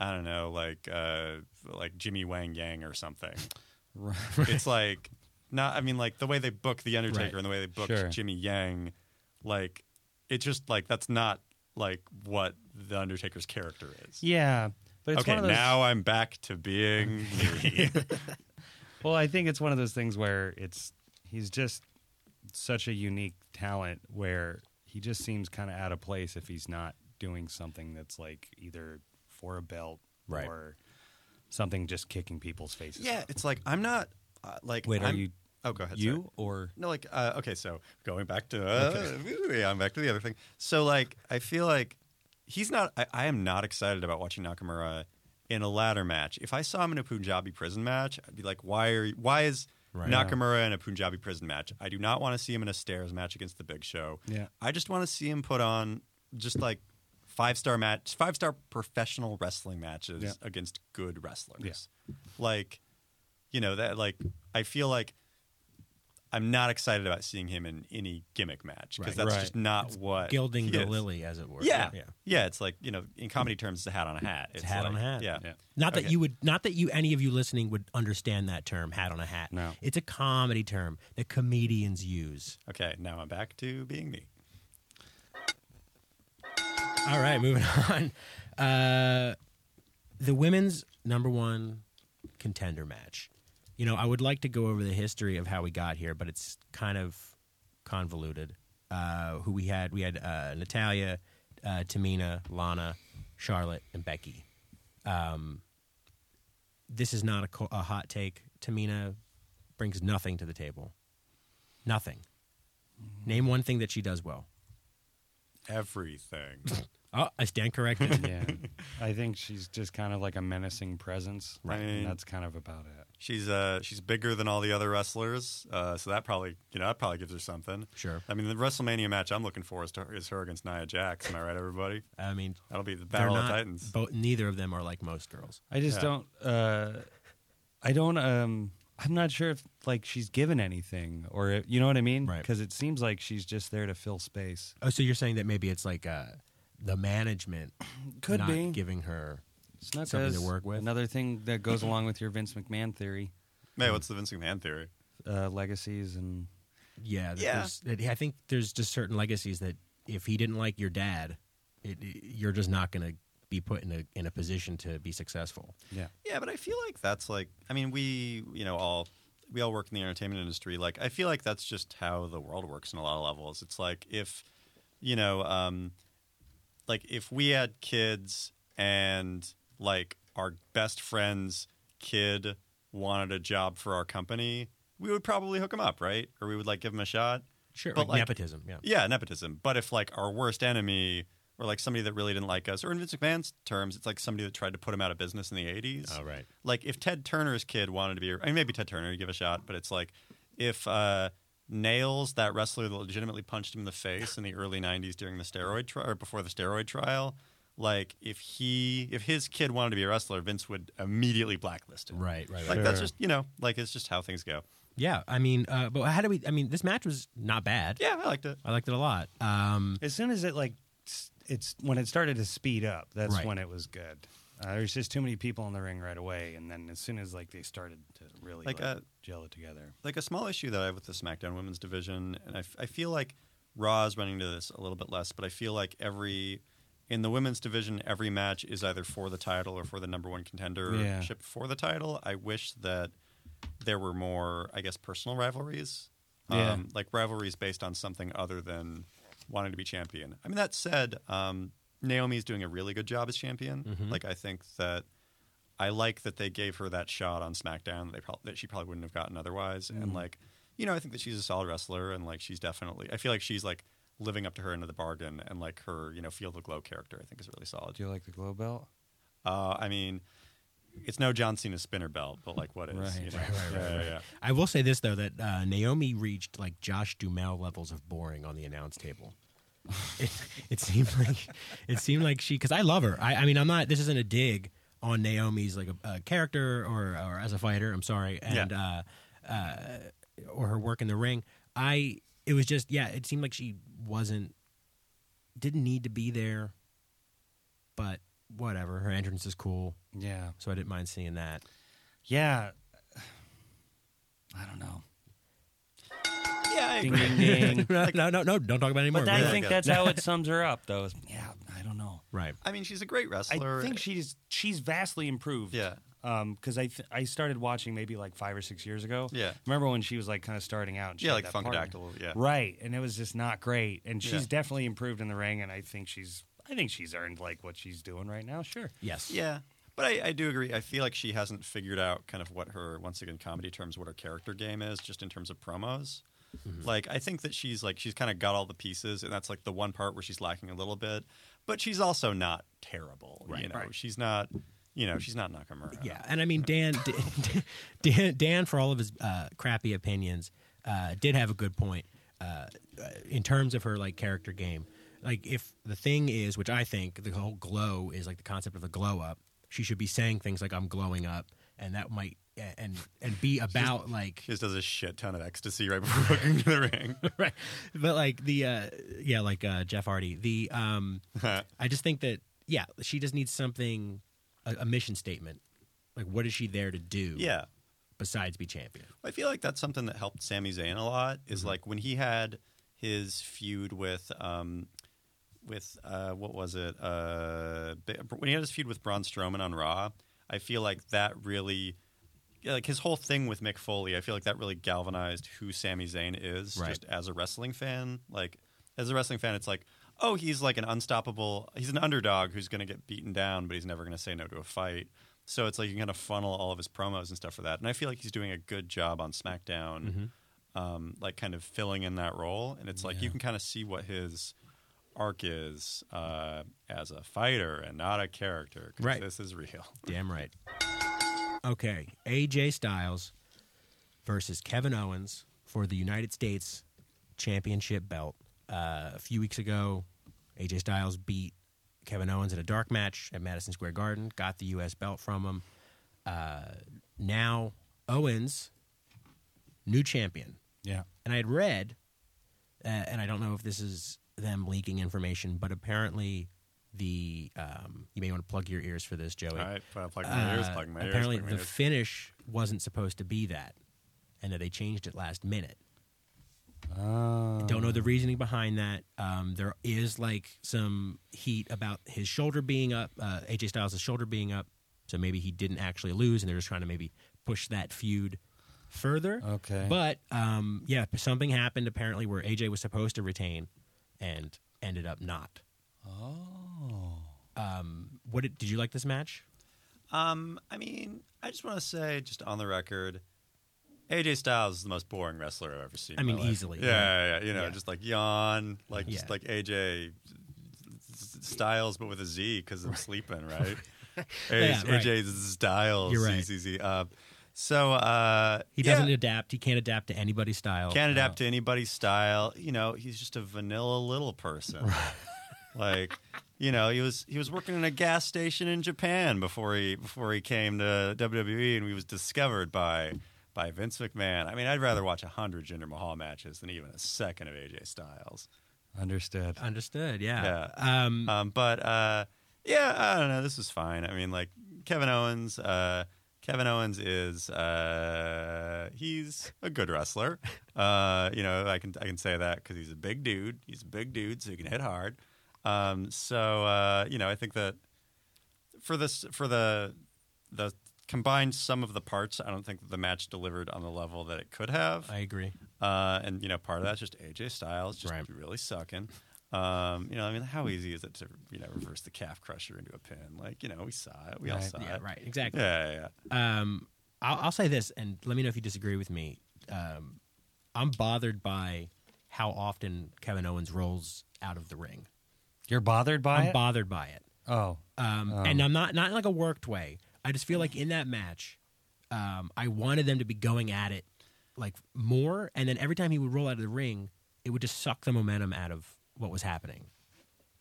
I don't know, like uh like Jimmy Wang Yang or something. It's like not I mean like the way they book the Undertaker
Right.
and the way they book
Sure.
Jimmy Yang, like it's just like that's not like what the Undertaker's character is.
Yeah. But it's
okay,
one of those,
now I'm back to being me.
Well, I think it's one of those things where it's he's just such a unique talent where he just seems kind of out of place if he's not doing something that's like either for a belt
Right.
or something just kicking people's faces.
yeah, it's like I'm not uh, like
Wait, are
I'm-
you-
Oh, go ahead.
you
sorry.
or
No, like uh, okay, so going back to uh, yeah, I'm back to the other thing. So like I feel like he's not. I, I am not excited about watching Nakamura in a ladder match. If I saw him in a Punjabi prison match, I'd be like, why are you- why is
Right.
Nakamura in a Punjabi prison match? I do not want to see him in a stairs match against the Big Show.
Yeah.
I just want to see him put on just like five star match, five star professional wrestling matches
Yeah.
against good wrestlers. Like, you know that like I feel like I'm not excited about seeing him in any gimmick match because
Right.
that's
Right.
just not what
gilding
he
the
is.
lily, as it were.
Yeah.
yeah.
yeah, It's like you know, in comedy terms, it's a hat on a hat. It's,
hat on
like-
a hat.
Yeah,
Yeah.
Not that
Okay.
you would, not that you, any of you listening would understand that term, hat on a hat.
No.
It's a comedy term that comedians use.
Okay, now I'm back to being me.
All right, moving on. Uh, the women's number one contender match. You know, I would like to go over the history of how we got here, but it's kind of convoluted. Uh, who we had? We had uh, Natalia, uh, Tamina, Lana, Charlotte, and Becky. Um, this is not a, co- a hot take. Tamina brings nothing to the table. Nothing. Name one thing that she does well.
Everything.
Oh, I stand corrected.
yeah. I think she's just kind of like a menacing presence.
Right.
And that's kind of about it.
she's uh she's bigger than all the other wrestlers, uh, so that probably you know that probably gives her something.
Sure.
I mean, the WrestleMania match I'm looking for is, to, is her against Nia Jax. Am I right, everybody?
I mean,
That'll be the
they're
Battle of
not-
Titans.
Both, neither of them are like most girls.
I just
Yeah.
don't. Uh, I don't. Um, I'm not sure if like she's given anything or if, you know what I mean.
Right.
Because it seems like she's just there to fill space.
Oh, so you're saying that maybe it's like uh, the management
Could
not
be.
giving her.
It's not
something to
because
work with.
Another thing that goes along with your Vince McMahon theory,
Hey, what's the Vince McMahon theory?
uh, legacies and
Yeah, that
Yeah.
there's- that- I think there's just certain legacies that if he didn't like your dad, it, it- you're just not going to be put in a in a position to be successful.
yeah,
Yeah, but I feel like that's like I mean we you know all we all work in the entertainment industry. Like I feel like that's just how the world works in a lot of levels. It's like if you know um, like if we had kids and like our best friend's kid wanted a job for our company, we would probably hook him up, right? Or we would like give him a shot.
Sure,
But
like
like-
nepotism. Yeah,
Yeah, nepotism. But if like our worst enemy or like somebody that really didn't like us, or in Vince McMahon's terms, it's like somebody that tried to put him out of business in the eighties.
Oh, right.
Like if Ted Turner's kid wanted to be, I mean, maybe Ted Turner would give a shot, but it's like if uh, Nails, that wrestler that legitimately punched him in the face in the early '90s during the steroid trial or before the steroid trial, like if he if his kid wanted to be a wrestler, Vince would immediately blacklist him.
Right, right, right.
Like that's just you know, like it's just how things go.
Yeah, I mean, uh, but how do we? I mean, this match was not bad.
Yeah, I liked it.
I liked it a lot. Um,
As soon as it like s- it's when it started to speed up, that's
Right.
when it was good. Uh, There's just too many people in the ring right away, and then as soon as like they started to really like,
Like, uh,
gel it together,
Like a small issue that I have with the SmackDown women's division, and I, f- I feel like Raw is running to this a little bit less, but I feel like every in the women's division, every match is either for the title or for the number one contendership
Yeah.
for the title. I wish that there were more, I guess, personal rivalries.
Yeah.
Um, like rivalries based on something other than wanting to be champion. I mean, that said, um, Naomi's doing a really good job as champion.
Mm-hmm.
Like, I think that I like that they gave her that shot on SmackDown that, they prob- that she probably wouldn't have gotten otherwise.
Mm-hmm.
And, like, you know, I think that she's a solid wrestler and, like, she's definitely, I feel like she's, like, living up to her end of the bargain and, like, her, you know, feel the glow character, I think is really solid.
do you like the glow belt?
Uh, I mean, it's no John Cena spinner belt, but, like, what is?
Right,
you know?
right, right,
Yeah,
right,
yeah, yeah.
I will say this though that uh, Naomi reached like Josh Dumel levels of boring on the announce table. It, it seemed like it seemed like she because I love her. I, I mean, I'm not. This isn't a dig on Naomi's like a, a character or or as a fighter. I'm sorry, and uh, uh, or her work in the ring. I it was just yeah. It seemed like she wasn't didn't need to be there, but whatever. Her entrance is cool,
Yeah,
so I didn't mind seeing that.
yeah. I don't know.
Yeah, I
Ding
agree.
ding ding.
no, no, no, no, don't talk about it anymore.
but I
We're-
think that's how it sums her up, though. is, Yeah, I don't know.
right.
I mean, she's a great wrestler.
I think she's she's vastly improved.
Yeah.
Because I th- I started watching maybe like five or six years ago.
Yeah.
Remember when she was like kind of starting out? And she
Yeah,
had
like
that partner.
Funkadactyl, yeah.
Right, and it was just not great. And she's
Yeah.
definitely improved in the ring, and I think she's I think she's earned like what she's doing right now. Sure.
Yes.
Yeah. But I, I do agree. I feel like she hasn't figured out kind of what her, once again, comedy terms, what her character game is, just in terms of promos.
Mm-hmm.
Like, I think that she's like, she's kind of got all the pieces, and that's like the one part where she's lacking a little bit. But she's also not terrible. You know, she's not, you know, she's not Nakamura.
Yeah, and I mean Dan, Dan- Dan, Dan, for all of his uh, crappy opinions, uh, did have a good point uh, in terms of her like character game. Like, if the thing is, which I think the whole glow is like the concept of the glow up, she should be saying things like "I'm glowing up," and that might and and be about like
She just does a shit ton of ecstasy right before walking to the ring.
right but like the uh yeah like uh jeff hardy the um i just think that yeah she just needs something a, a mission statement like what is she there to do
yeah.
besides be champion
I feel like that's something that helped Sami Zayn a lot. Is like when he had his feud with um, with uh, what was it? Uh, Bi- when he had his feud with Braun Strowman on Raw, I feel like that really. Yeah, like his whole thing with Mick Foley, I feel like that really galvanized who Sami Zayn is,
Right.
just as a wrestling fan. Like, as a wrestling fan, it's like, oh, he's like an unstoppable, he's an underdog who's going to get beaten down, but he's never going to say no to a fight. So it's like you can kind of funnel all of his promos and stuff for that. And I feel like he's doing a good job on SmackDown, um, like kind of filling in that role. And it's like you can kind of see what his arc is uh, as a fighter and not a character. 'cause
Right.
This is real.
damn right okay aj styles versus kevin owens for the united states championship belt uh, a few weeks ago aj styles beat kevin owens in a dark match at madison square garden got the us belt from him Uh, now Owens, new champion.
Yeah.
And I had read, uh, and I don't know if this is them leaking information, but apparently the um, you may want to plug your ears for this, Joey.
All right. Well, plug my ears,
Uh,
plug my ears,
apparently,
plug my
the
ears.
finish wasn't supposed to be that, and that they changed it last minute. Don't know the reasoning behind that. Um, there is like some heat about his shoulder being up, uh, AJ Styles' shoulder being up, so maybe he didn't actually lose, and they're just trying to maybe push that feud further.
Okay.
But um, yeah, something happened apparently where AJ was supposed to retain and ended up not. Oh. Um, what did, did you like this match?
Um, I mean, I just want to say, just on the record, AJ Styles is the most boring wrestler I've ever seen. in
I
my
mean,
life.
easily,
Yeah,
yeah.
yeah, yeah, you know,
Yeah.
just like yawn, like
Yeah.
just like AJ Styles, but with a Z because I'm sleeping, right? AJ,
right.
AJ Styles,
You're right.
Z, Z, Z. Uh, so uh,
He
yeah.
doesn't adapt. He can't adapt to anybody's style.
Can't adapt to anybody's style. You know, he's just a vanilla little person. Like, you know, he was he was working in a gas station in Japan before he before he came to WWE, and he was discovered by by Vince McMahon. I mean, I'd rather watch a hundred Jinder Mahal matches than even a second of AJ Styles.
Understood.
Understood. Yeah. Um,
Um, but uh, yeah, I don't know. This is fine. I mean, like Kevin Owens. Uh, Kevin Owens is uh, he's a good wrestler. Uh, you know, I can I can say that because he's a big dude. He's a big dude, so he can hit hard. Um, so uh, you know, I think that for this for the the combined sum of the parts, I don't think the match delivered on the level that it could have.
I agree.
Uh, and you know, part of that's just AJ Styles just
Right. Hmm.
really sucking. Um, you know, I mean, how easy is it to you know reverse the calf crusher into a pin? Like, you know, we saw it. We all
Right.
saw
Yeah.
it.
Right. Exactly.
Yeah, yeah, yeah.
Um, I'll, I'll say this, and let me know if you disagree with me. Um, I'm bothered by how often Kevin Owens rolls out of the ring.
You're bothered by
I'm
it?
bothered by it,
oh.
um,
Um.
and I'm not not in like a worked way. I just feel like in that match, um, I wanted them to be going at it like more, and then every time he would roll out of the ring, it would just suck the momentum out of what was happening.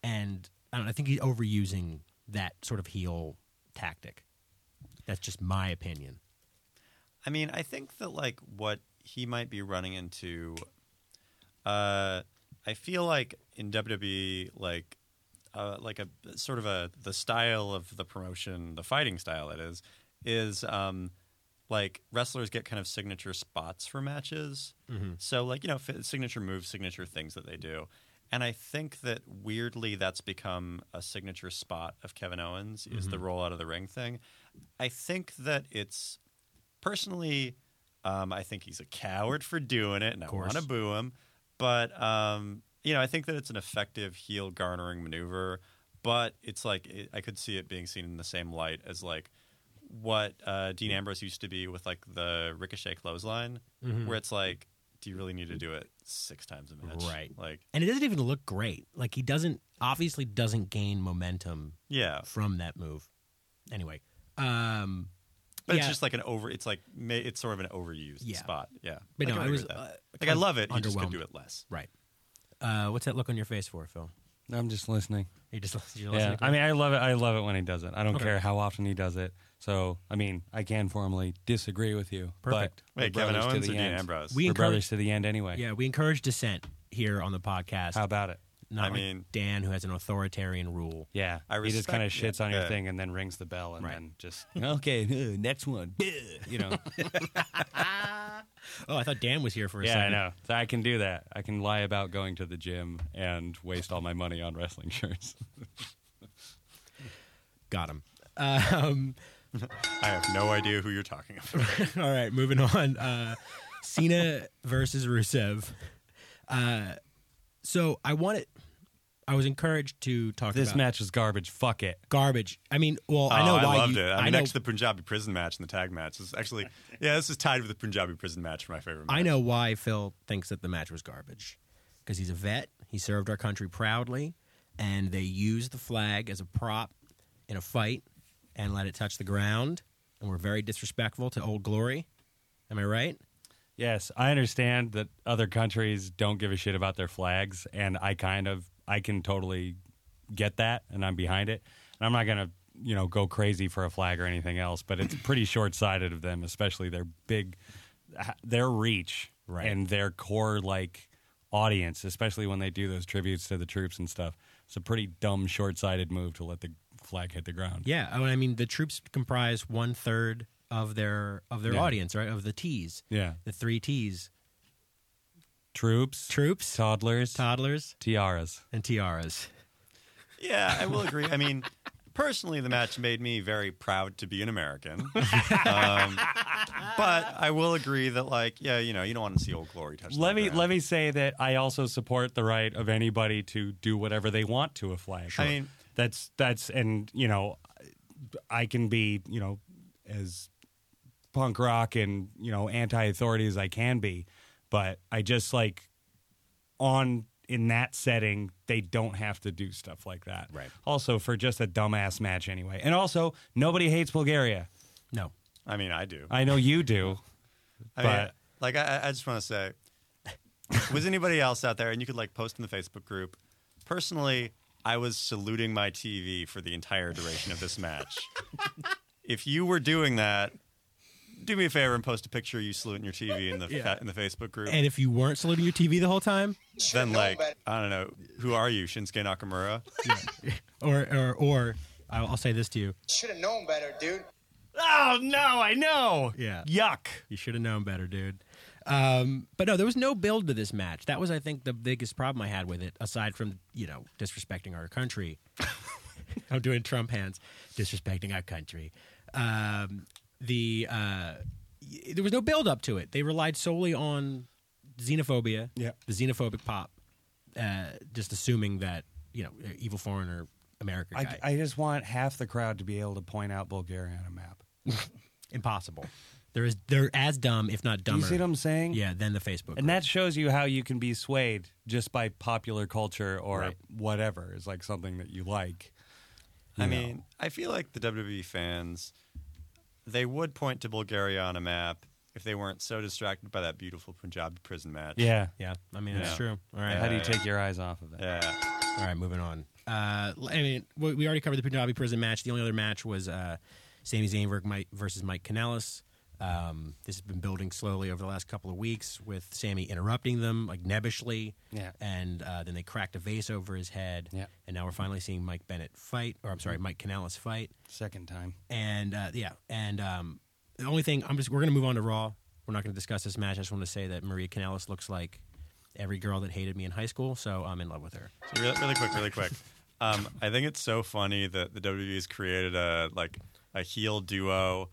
And I don't. know, I think he's overusing that sort of heel tactic. That's just my opinion.
I mean, I think that like what he might be running into, uh, I feel like in WWE, like, uh, like a sort of a the style of the promotion, the fighting style it is, is um, like wrestlers get kind of signature spots for matches. So like you know, fi- signature moves, signature things that they do. And I think that weirdly, that's become a signature spot of Kevin Owens is the roll out of the ring thing. I think that it's personally, um, I think he's a coward for doing it, and I
course.
want to boo him. But um, you know, I think that it's an effective heel garnering maneuver. But it's like it, I could see it being seen in the same light as like what uh, Dean Ambrose used to be with like the Ricochet clothesline,
Mm-hmm.
where it's like, do you really need to do it six times a match?
Right.
Like,
and it doesn't even look great. Like he doesn't obviously doesn't gain momentum
yeah.
from that move. Anyway, um,
But it's
Yeah.
just like an over. It's like ma- it's sort of an overused
Yeah.
spot. Yeah.
But no,
I
I
can agree
was,
with that.
uh,
like I love it. You just could
underwhelmed.
do it less.
right. Uh, what's that look on your face for, Phil?
I'm just listening.
You just you're
Yeah.
listening to
I
it?
mean, I love it. I love it when he does it. I don't
Okay.
care how often he does it. So, I mean, I can formally disagree with you.
Perfect.
But
Wait,
we're
Kevin
brothers to
Owens
the
or Dean
end.
Ambrose?
We
We're
encourage-
brothers to the end anyway.
yeah, we encourage dissent here on the podcast.
How about it?
not
I
like
mean-
Dan, who has an authoritarian rule.
Yeah.
I
he just
respect-
kind of shits on your
yeah.
thing and then rings the bell and
Right.
then just, okay, uh, next one. You know?
Oh, I thought Dan was here for a
yeah, I
second.
know. So I can do that. I can lie about going to the gym and waste all my money on wrestling shirts.
Got him. Um,
I have no idea who you're talking about.
all right, moving on. Uh, Cena versus Rusev. Uh, so I wanted. I was encouraged to talk
this
about
match was garbage. Fuck it.
garbage. I mean, well, I know
Oh,
why
loved
you,
it. I mean,
know,
next to the Punjabi prison match and the tag match this is actually, yeah, this is tied with the Punjabi prison match for my favorite. Match.
I know why Phil thinks that the match was garbage because he's a vet. He served our country proudly, and they used the flag as a prop in a fight and let it touch the ground. And we're very disrespectful to Old Glory. Am I right?
Yes, I understand that other countries don't give a shit about their flags, and I kind of I can totally get that, and I'm behind it. And I'm not gonna you know go crazy for a flag or anything else, but it's pretty short sighted of them, especially their big their reach
Right.
and their core like audience, especially when they do those tributes to the troops and stuff. It's a pretty dumb short sighted move to let the flag hit the ground.
Yeah. Oh, I mean, I mean, the troops comprise one third of their of their
Yeah.
audience, right? Of the T's,
Yeah.
the three T's:
Troops,
troops,
toddlers,
toddlers,
tiaras.
and tiaras.
Yeah, I will agree. I mean, personally, the match made me very proud to be an American. um, but I will agree that, like, yeah, you know, you don't want to see old glory touch.
Let
the
me
ground.
let me say that I also support the right of anybody to do whatever they want to a flag.
Sure. I mean-
that's that's and you know, I can be you know as punk rock and you know anti-authority as I can be, but I just like on in that setting they don't have to do stuff like that.
Right.
Also for just a dumbass match anyway, and also nobody hates Bulgaria.
No.
I mean, I do.
I know you do.
I mean,
But-
like, I, I just want to say, was anybody else out there, and you could like post in the Facebook group. Personally, I was saluting my TV for the entire duration of this match. if you were doing that, do me a favor and post a picture of you saluting your TV in the fa- in the Facebook group.
And if you weren't saluting your TV the whole time,
then like I don't know, who are you, Shinsuke Nakamura?
or or or I'll, I'll say this to you:
Should have known better, dude.
Oh no, I know.
Yeah.
Yuck.
You should have known better, dude. Um, but no, there was no build to this match. That was, I think, the biggest problem I had with it, aside from you know disrespecting our country. I'm doing Trump hands, disrespecting our country. Um, the uh, y- there was no build up to it. They relied solely on xenophobia,
Yeah.
the xenophobic pop, uh, just assuming that you know evil foreigner America guy.
I, I just want half the crowd to be able to point out Bulgaria on a map.
Impossible. There is they're as dumb, if not
Do
dumber.
you see what I'm saying?
yeah, than the Facebook.
And
group.
that shows you how you can be swayed just by popular culture or
Right.
whatever is like something that you like.
I mean, I feel like the WWE fans they would point to Bulgaria on a map if they weren't so distracted by that beautiful Punjab prison match.
Yeah.
Yeah, I mean that's
Yeah.
true. All right,
How do you take your eyes off of it?
Yeah.
all right, moving on. Uh, I mean, we we already covered the Punjabi prison match. The only other match was uh, Sami Zayn ver- Mike- versus Mike Kanellis. Um, this has been building slowly over the last couple of weeks with Sammy interrupting them like nebbishly,
Yeah.
and uh, then they cracked a vase over his head,
Yeah.
and now we're finally seeing Mike Bennett fight, or I'm sorry, Mike Kanellis fight.
Second time.
and uh, yeah, and um, the only thing I'm just we're gonna move on to Raw. We're not gonna discuss this match. I just want to say that Maria Canales looks like every girl that hated me in high school, so I'm in love with her.
So really, really quick, really quick. Um, I think it's so funny that the WWE's created a like a heel duo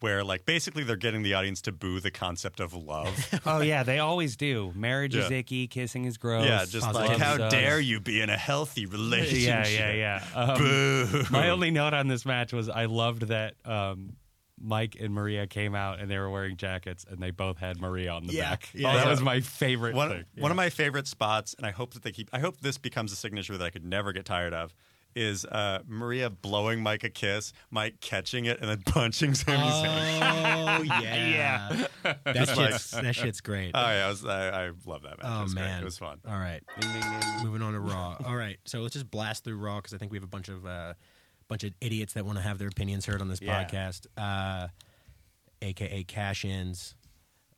where like basically they're getting the audience to boo the concept of love.
Oh yeah, they always do. Marriage is
Yeah.
icky, kissing is gross.
yeah, just like
Oh, Love
how
sucks.
dare you be in a healthy relationship?
Yeah, yeah, yeah. Um,
Boo.
my only note on this match was I loved that um, Mike and Maria came out and they were wearing jackets and they both had Maria on the
Yeah,
back.
yeah,
oh, that
yeah.
was my favorite
one,
thing.
one of my favorite spots, and I hope that they keep. I hope this becomes a signature that I could never get tired of. Is uh, Maria blowing Mike a kiss, Mike catching it, and then punching Sami Zayn?
Oh yeah, yeah. That shit's that shit's great.
Oh yeah, I, was, I, I love that match. it
oh
was great.
man,
it was fun.
All right, moving on to Raw. All right, so let's just blast through Raw because I think we have a bunch of uh, bunch of idiots that want to have their opinions heard on this
Yeah.
podcast, uh, aka cash ins.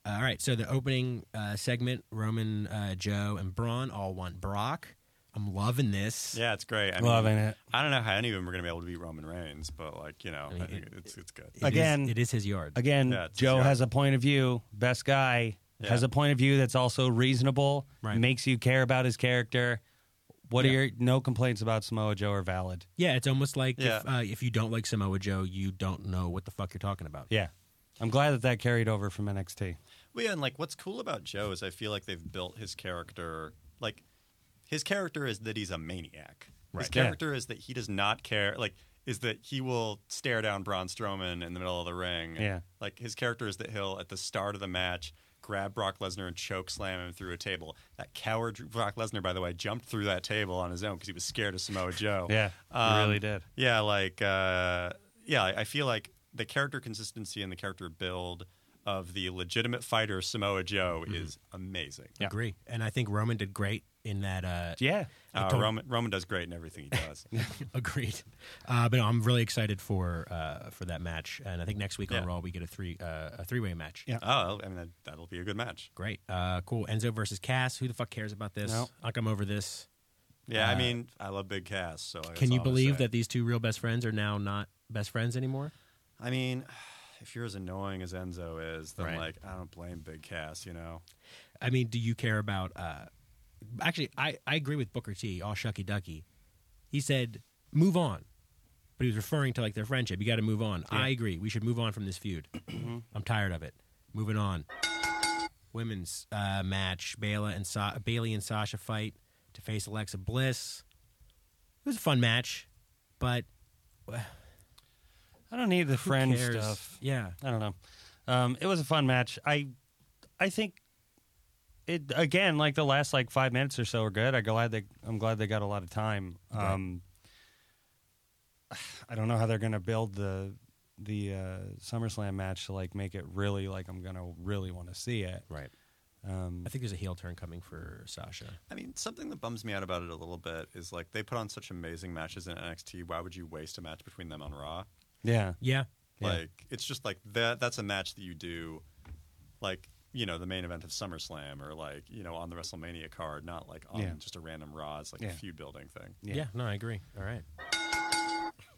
Uh, All right, so the opening uh, segment: Roman, uh, Joe, and Braun all want Brock. I'm loving this.
Yeah, it's great. I mean,
Loving it.
I don't know how any of them are going to be able to be Roman Reigns, but like you know, I,
mean,
think
it-
it's it's good.
It is-
Again-
it is his yard.
Again,
Yeah, it's-
Joe
yeah.
has a point of view. Best guy
Yeah.
has a point of view that's also reasonable.
Right.
Makes you care about his character. What are your no complaints about Samoa Joe are valid?
Yeah, it's almost like
Yeah.
if, uh, if you don't like Samoa Joe, you don't know what the fuck you're talking about.
Yeah, I'm glad that that carried over from NXT.
Well, yeah, and like what's cool about Joe is I feel like they've built his character. Like his character is that he's a maniac. His
Yeah.
character is that he does not care. Like is that he will stare down Braun Strowman in the middle of the ring.
Yeah.
Like his character is that he'll at the start of the match grab Brock Lesnar and choke slam him through a table. That coward Brock Lesnar, by the way, jumped through that table on his own because he was scared of Samoa Joe.
Yeah,
Um,
he really did.
Yeah, like uh, yeah, I I feel like the character consistency and the character build of the legitimate fighter Samoa Joe
Mm-hmm.
is amazing.
Yeah.
Agree. And I think Roman did great in that uh,
Yeah,
Uh,
told-
Roman Roman does great in everything he does.
Agreed. Uh, but I'm really excited for uh, for that match, and I think next week on
Yeah.
Raw we get a three uh, a three way match.
Yeah.
oh, I mean that, that'll be a good match.
Great. Uh, cool. Enzo versus Cass. Who the fuck cares about this?
No.
Like I'm over this.
Yeah, I mean I love Big Cass. So that's
Uh, Can you
all I'm gonna
believe
say.
that these two real best friends are now not best friends anymore?
I mean, if you're as annoying as Enzo is, then
Right.
like I don't blame Big Cass. You know.
I mean, do you care about? Uh, actually, I I agree with Booker T. All shucky ducky. He said move on, but he was referring to like their friendship. You got to move on. I agree. We should move on from this feud. I'm tired of it. Moving on. Women's uh, match: Bailey and Sa- Bailey and Sasha fight to face Alexa Bliss. It was a fun match, but
I don't need the
who
friend
cares?
stuff.
Yeah,
I don't know. Um, it was a fun match. I, I think it again. Like the last like five minutes or so were good. I glad they. I'm glad they got a lot of time. Um, I don't know how they're gonna build the the uh, SummerSlam match to like make it really like I'm gonna really want to see it.
right. I think there's a heel turn coming for Sasha.
I mean, something that bums me out about it a little bit is like they put on such amazing matches in NXT. Why would you waste a match between them on Raw?
Yeah.
Yeah.
Yeah.
Like it's just like that. That's a match that you do, like you know, the main event of SummerSlam or like you know on the WrestleMania card, not like on
Yeah.
just a random Raw. It's like
Yeah.
a feud building thing.
Yeah.
Yeah.
no, I agree. All right.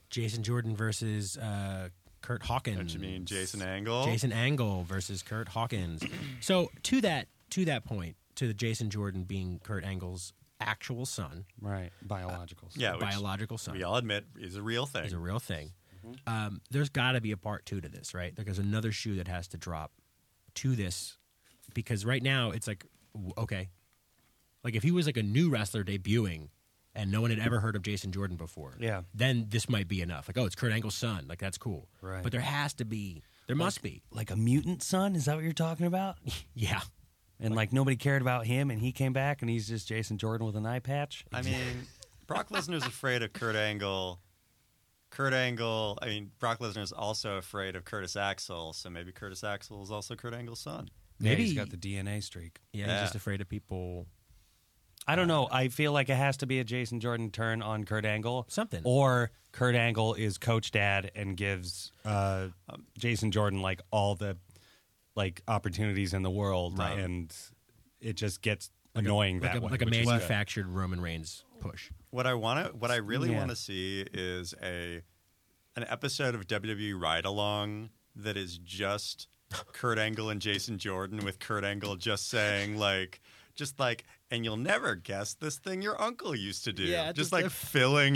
Jason Jordan versus uh, Kurt Hawkins.
Don't you mean Jason Angle?
Mm. Jason Angle versus Kurt Hawkins. so to that to that point, to the Jason Jordan being Kurt Angle's actual son,
Right. Biologicals.
yeah, which
biological son,
we all admit is a real thing.
is a real thing. Um, there's got to be a part two to this, right? Like, there's another shoe that has to drop to this because right now it's like, w- okay, like if he was like a new wrestler debuting and no one had ever heard of Jason Jordan before,
Yeah.
then this might be enough. Like, oh, it's Kurt Angle's son, like that's cool,
Right.
But there has to be, there must be,
Like a mutant son? Is that what you're talking about?
yeah.
And like nobody cared about him, and he came back, and he's just Jason Jordan with an eye patch.
I mean, Brock Lesnar's afraid of Kurt Angle. Kurt Angle, I mean, Brock Lesnar's also afraid of Curtis Axel, so maybe Curtis Axel is also Kurt Angle's son.
Maybe-
he's got the DNA streak.
Yeah,
Yeah.
he's just afraid of people.
I don't know. I feel like it has to be a Jason Jordan turn on Kurt Angle.
Something.
Or Kurt Angle is coach dad and gives uh, Jason Jordan like all the like opportunities in the world
Right.
and it just gets annoying
Like
that
a,
way.
like a
which is good.
manufactured Roman Reigns push.
What I want to, what I really
Yeah.
want to see is a an episode of WWE Ride Along that is just Kurt Angle and Jason Jordan, with Kurt Angle just saying like, just like, and you'll never guess this thing your uncle used to do.
Yeah,
just,
just
like
a-
filling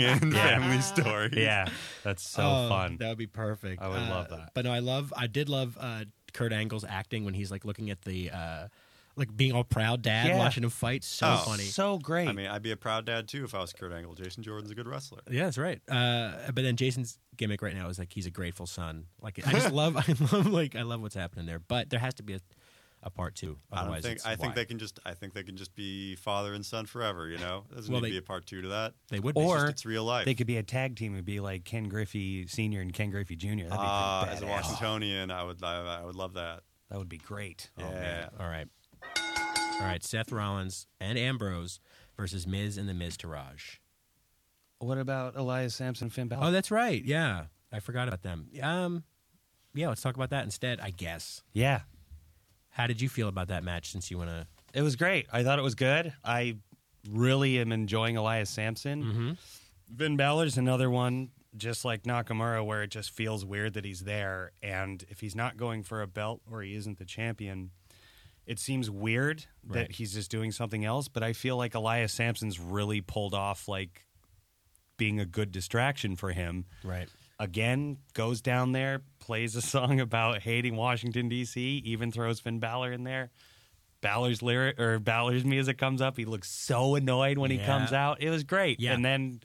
in family stories.
Yeah. That's so
Oh,
fun.
That would be perfect.
I would
Uh,
love that.
But no, I love. I did love uh, Kurt Angle's acting when he's like looking at the, uh, like being all proud dad
Yeah.
watching him fight. So
Oh.
funny.
So great.
I mean, I'd be a proud dad too if I was Kurt Angle. Jason Jordan's a good wrestler.
yeah, that's right. Uh, but then Jason's gimmick right now is like he's a grateful son. Like I just love, I love, like I love what's happening there. But there has to be a, a part two.
I
Otherwise,
don't think
it's
I think
why.
they can just I think they can just be father and son forever. You know, doesn't
Well,
need
they-
to be a part two to that.
they would.
It's
be.
Or-
just- it's real life.
they could be a tag team and be like Ken Griffey Senior and Ken Griffey Junior. That'd be
Ah, as a
pretty badass.
Washingtonian, I would I, I would love that.
That would be great.
Yeah,
all right, all right. Seth Rollins and Ambrose versus Miz and the Miz Taraj.
What about Elias Sampson Finn Balor?
Oh, that's right. Yeah, I forgot about them. Um, yeah, let's talk about that instead. I guess.
yeah,
How did you feel about that match since you want to?
it was great. I thought it was good. I really am enjoying Elias Sampson.
Mm-hmm.
Finn Balor's another one, just like Nakamura, where it just feels weird that he's there. And if he's not going for a belt or he isn't the champion, it seems weird
Right.
that he's just doing something else. But I feel like Elias Sampson's really pulled off like being a good distraction for him.
Right.
again goes down there, plays a song about hating Washington D.C., even throws Finn Balor in there. Balor's lyric or Balor's music comes up. He looks so annoyed when
Yeah.
he comes out. It was great.
Yeah.
And then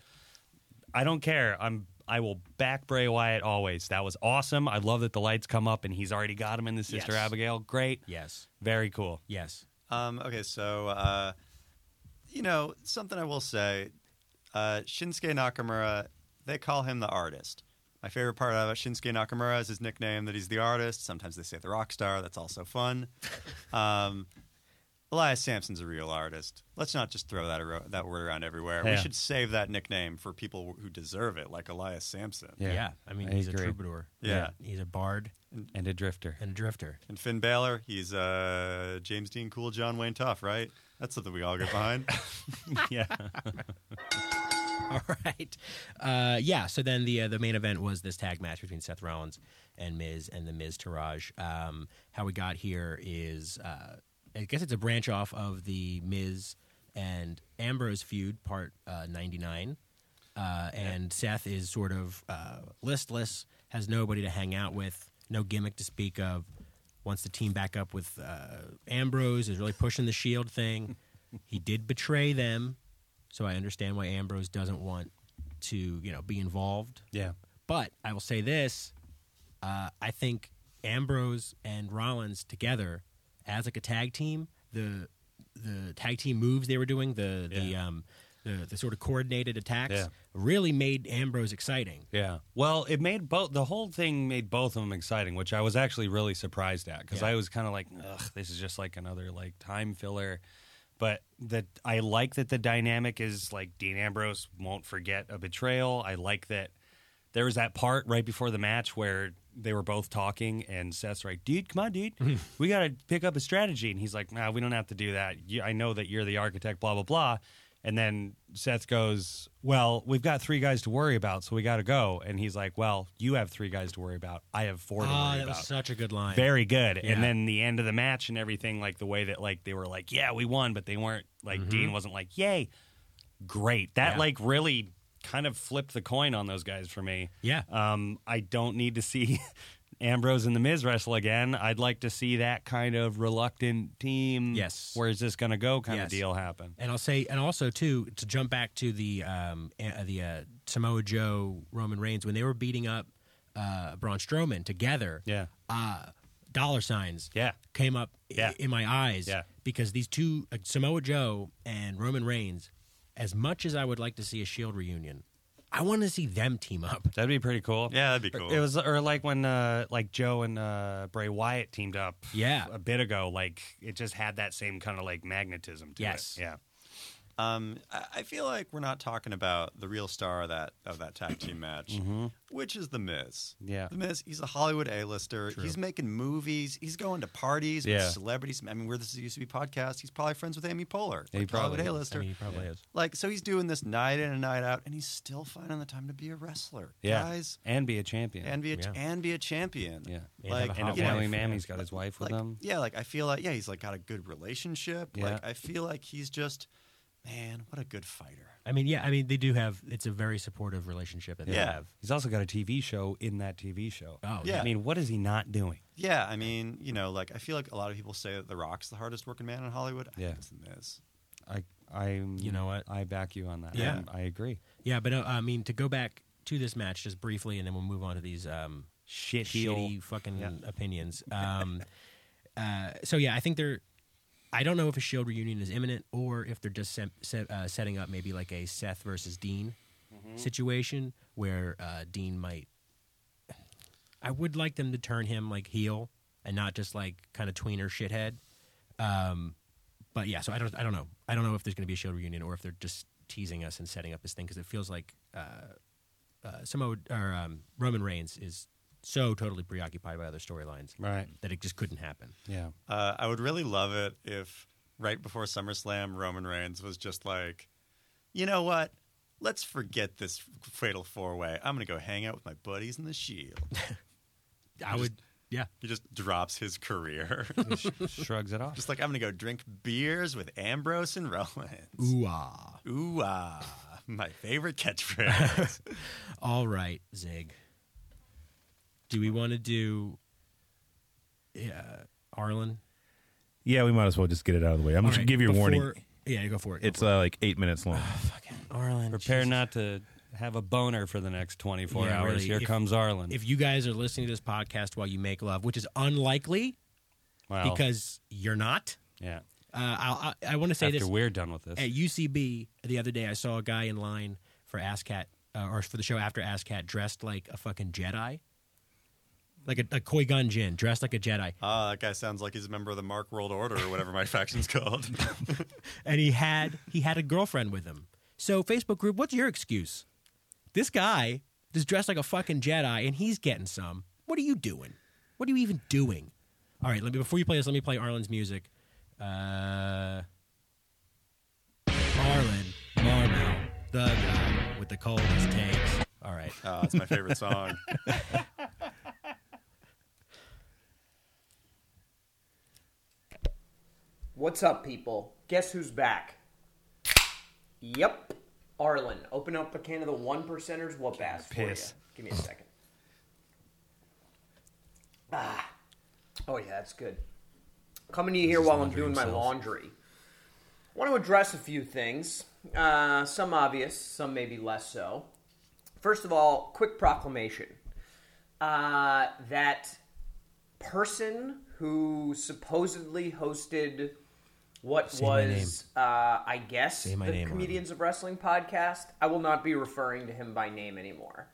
I don't care. I'm I will back Bray Wyatt always. That was awesome. I love that the lights come up and he's already got him in the Sister
Yes.
Abigail. Great.
Yes.
Very cool.
Yes.
Um, okay, so uh, you know something I will say, uh, Shinsuke Nakamura. They call him the artist. My favorite part about Shinsuke Nakamura is his nickname that he's the artist. Sometimes they say the rock star. That's also fun. Um, Elias Sampson's a real artist. Let's not just throw that aro- that word around everywhere. We
Yeah.
should save that nickname for people who deserve it, like Elias Sampson.
Yeah. I mean,
I
he's a
agree.
troubadour.
Yeah.
He's a bard
And a drifter.
and a drifter.
And Finn Balor, he's uh, James Dean Cool, John Wayne Tough, right? That's something we all get behind.
yeah.
All right. Uh, yeah. So then the uh, the main event was this tag match between Seth Rollins and Miz and the Miz Taraj. Um, how we got here is uh, I guess it's a branch off of the Miz and Ambrose feud, part uh, ninety nine. Uh, and Seth is sort of uh, listless, has nobody to hang out with, no gimmick to speak of. Wants to team back up with uh, Ambrose, is really pushing the Shield thing. he did betray them, so I understand why Ambrose doesn't want to, you know, be involved.
Yeah.
But I will say this: uh, I think Ambrose and Rollins together as like a tag team, the the tag team moves they were doing, the the um, the, the sort of coordinated attacks,
Yeah.
really made Ambrose exciting.
Yeah. Well, it made both the whole thing made both of them exciting, which I was actually really surprised at because
Yeah.
I was kind of like, ugh, this is just like another like time filler. But that I like that the dynamic is like Dean Ambrose won't forget a betrayal. I like that there was that part right before the match where they were both talking and Seth's like, dude, come on, dude, we got to pick up a strategy. And he's like, nah, we don't have to do that. You, I know that you're the architect, blah, blah, blah. And then Seth goes, well, we've got three guys to worry about, so we got to go. And he's like, well, you have three guys to worry about. I have four to
Ah,
worry
that
about.
was such a good line.
Very good.
Yeah.
And then the end of the match and everything, like the way that like they were like, yeah, we won, but they weren't like Dean wasn't like, yay, great. That
Mm-hmm. Yeah.
like really kind of flipped the coin on those guys for me.
yeah.
Um, I don't need to see Ambrose and the Miz wrestle again. I'd like to see that kind of reluctant team.
Yes.
Where is this going to go? Kind
Yes.
of deal happen.
And I'll say, and also too, to jump back to the um, uh, the uh, Samoa Joe Roman Reigns when they were beating up uh, Braun Strowman together.
Yeah.
Uh, dollar signs.
Yeah.
Came up i-
Yeah.
in my eyes.
Yeah.
Because these two, uh, Samoa Joe and Roman Reigns, as much as I would like to see a Shield reunion, I want to see them team up.
That'd be pretty cool.
Yeah, that'd be cool.
It was or like when uh, like Joe and uh, Bray Wyatt teamed up.
Yeah.
a bit ago. Like it just had that same kind of like magnetism to
Yes.
it. Yeah.
Um, I I feel like we're not talking about the real star of that of that tag team match, which is the Miz.
Mm-hmm. Yeah.
the Miz. He's a Hollywood A-lister. He's making movies. He's going to parties
Yeah.
with celebrities. I mean, where this used to be podcast. He's probably friends with Amy Poehler.
Yeah, he
like,
probably
Hollywood
is.
A-lister.
probably is.
like, so he's doing this night in and night out, and he's still finding the time to be a wrestler.
Yeah.
guys,
And be a champion.
and be a,
Yeah.
and be a champion.
yeah.
And
like
have a
and a
hot
you know,
family
wife.
man. He's got his wife with
like,
him.
Yeah, like I feel like yeah, he's like got a good relationship.
Yeah.
Like I feel like he's just man, what a good fighter.
I mean, yeah. I mean, they do have. It's a very supportive relationship that they
Yeah.
have.
He's also got a TV show in that TV show.
Oh,
Yeah.
I mean, what is he not doing?
Yeah, I mean, you know, like I feel like a lot of people say that The Rock's the hardest working man in Hollywood. I
Yeah.
think it's the Miz.
I I'm
You know what?
I back you on that.
Yeah.
I, I agree.
Yeah, but uh, I mean to go back to this match just briefly, and then we'll move on to these um,
Shit
shitty fucking opinions. Um, uh, so yeah, I think they're. I don't know if a Shield reunion is imminent or if they're just set, set, uh, setting up maybe like a Seth versus Dean situation where uh, Dean might. I would like them to turn him like heel and not just like kind of tweener shithead. Um, but yeah, so I don't, I don't know. I don't know if there's going to be a Shield reunion or if they're just teasing us and setting up this thing because it feels like uh, uh, Samoa or um, Roman Reigns is so totally preoccupied by other storylines
Right.
that it just couldn't happen.
Yeah.
Uh, I would really love it if right before SummerSlam, Roman Reigns was just like, you know what? Let's forget this fatal four way. I'm gonna go hang out with my buddies in the Shield.
I would, yeah,
He just drops his career.
Shrugs it off.
just like I'm gonna go drink beers with Ambrose and Rollins.
ooh ah.
Ooh ah, my favorite catchphrase.
All right, Zig. Do we want to do yeah, Arlen?
Yeah, we might as well just get it out of the way. I'm
All
going to
right,
give you a warning.
before- Yeah, go for it.
It's uh, like eight minutes long.
Arlen.
Prepare not to have a boner for the next 24
Yeah,
hours.
really.
Here
If-
comes Arlen.
If you guys are listening to this podcast while you make love, which is unlikely
Oh.
Well,
because you're not,
yeah.
uh, I'll, I, I want to say
After
this.
we're done with this.
at UCB the other day, I saw a guy in line for ASCAT uh, or for the show after ASCAT dressed like a fucking Jedi, like a, a Koi Gun Jin dressed like a Jedi,
Ah, that guy sounds like he's a member of the Mark World Order or whatever my faction's called.
and he had he had a girlfriend with him. So Facebook group, what's your excuse? This guy is dressed like a fucking Jedi, and he's getting some. What are you doing? What are you even doing? All right, let me before you play this, let me play Arlen's music. Uh, Arlen Marmel, the guy with the coldest takes. All right.
Oh, it's my favorite song.
What's up, people? Guess who's back? Yep, Arlen. Open up a can of the one percenters. What bass for you?
piss.
Give me a second. Ah, oh yeah, that's good. Coming to you here while I'm doing my laundry. Want to address a few things. Uh, some obvious, some maybe less so. First of all, quick proclamation uh, that person who supposedly hosted what
Say my
was, uh, I guess,
my
the
name,
Comedians of Wrestling podcast. I will not be referring to him by name anymore.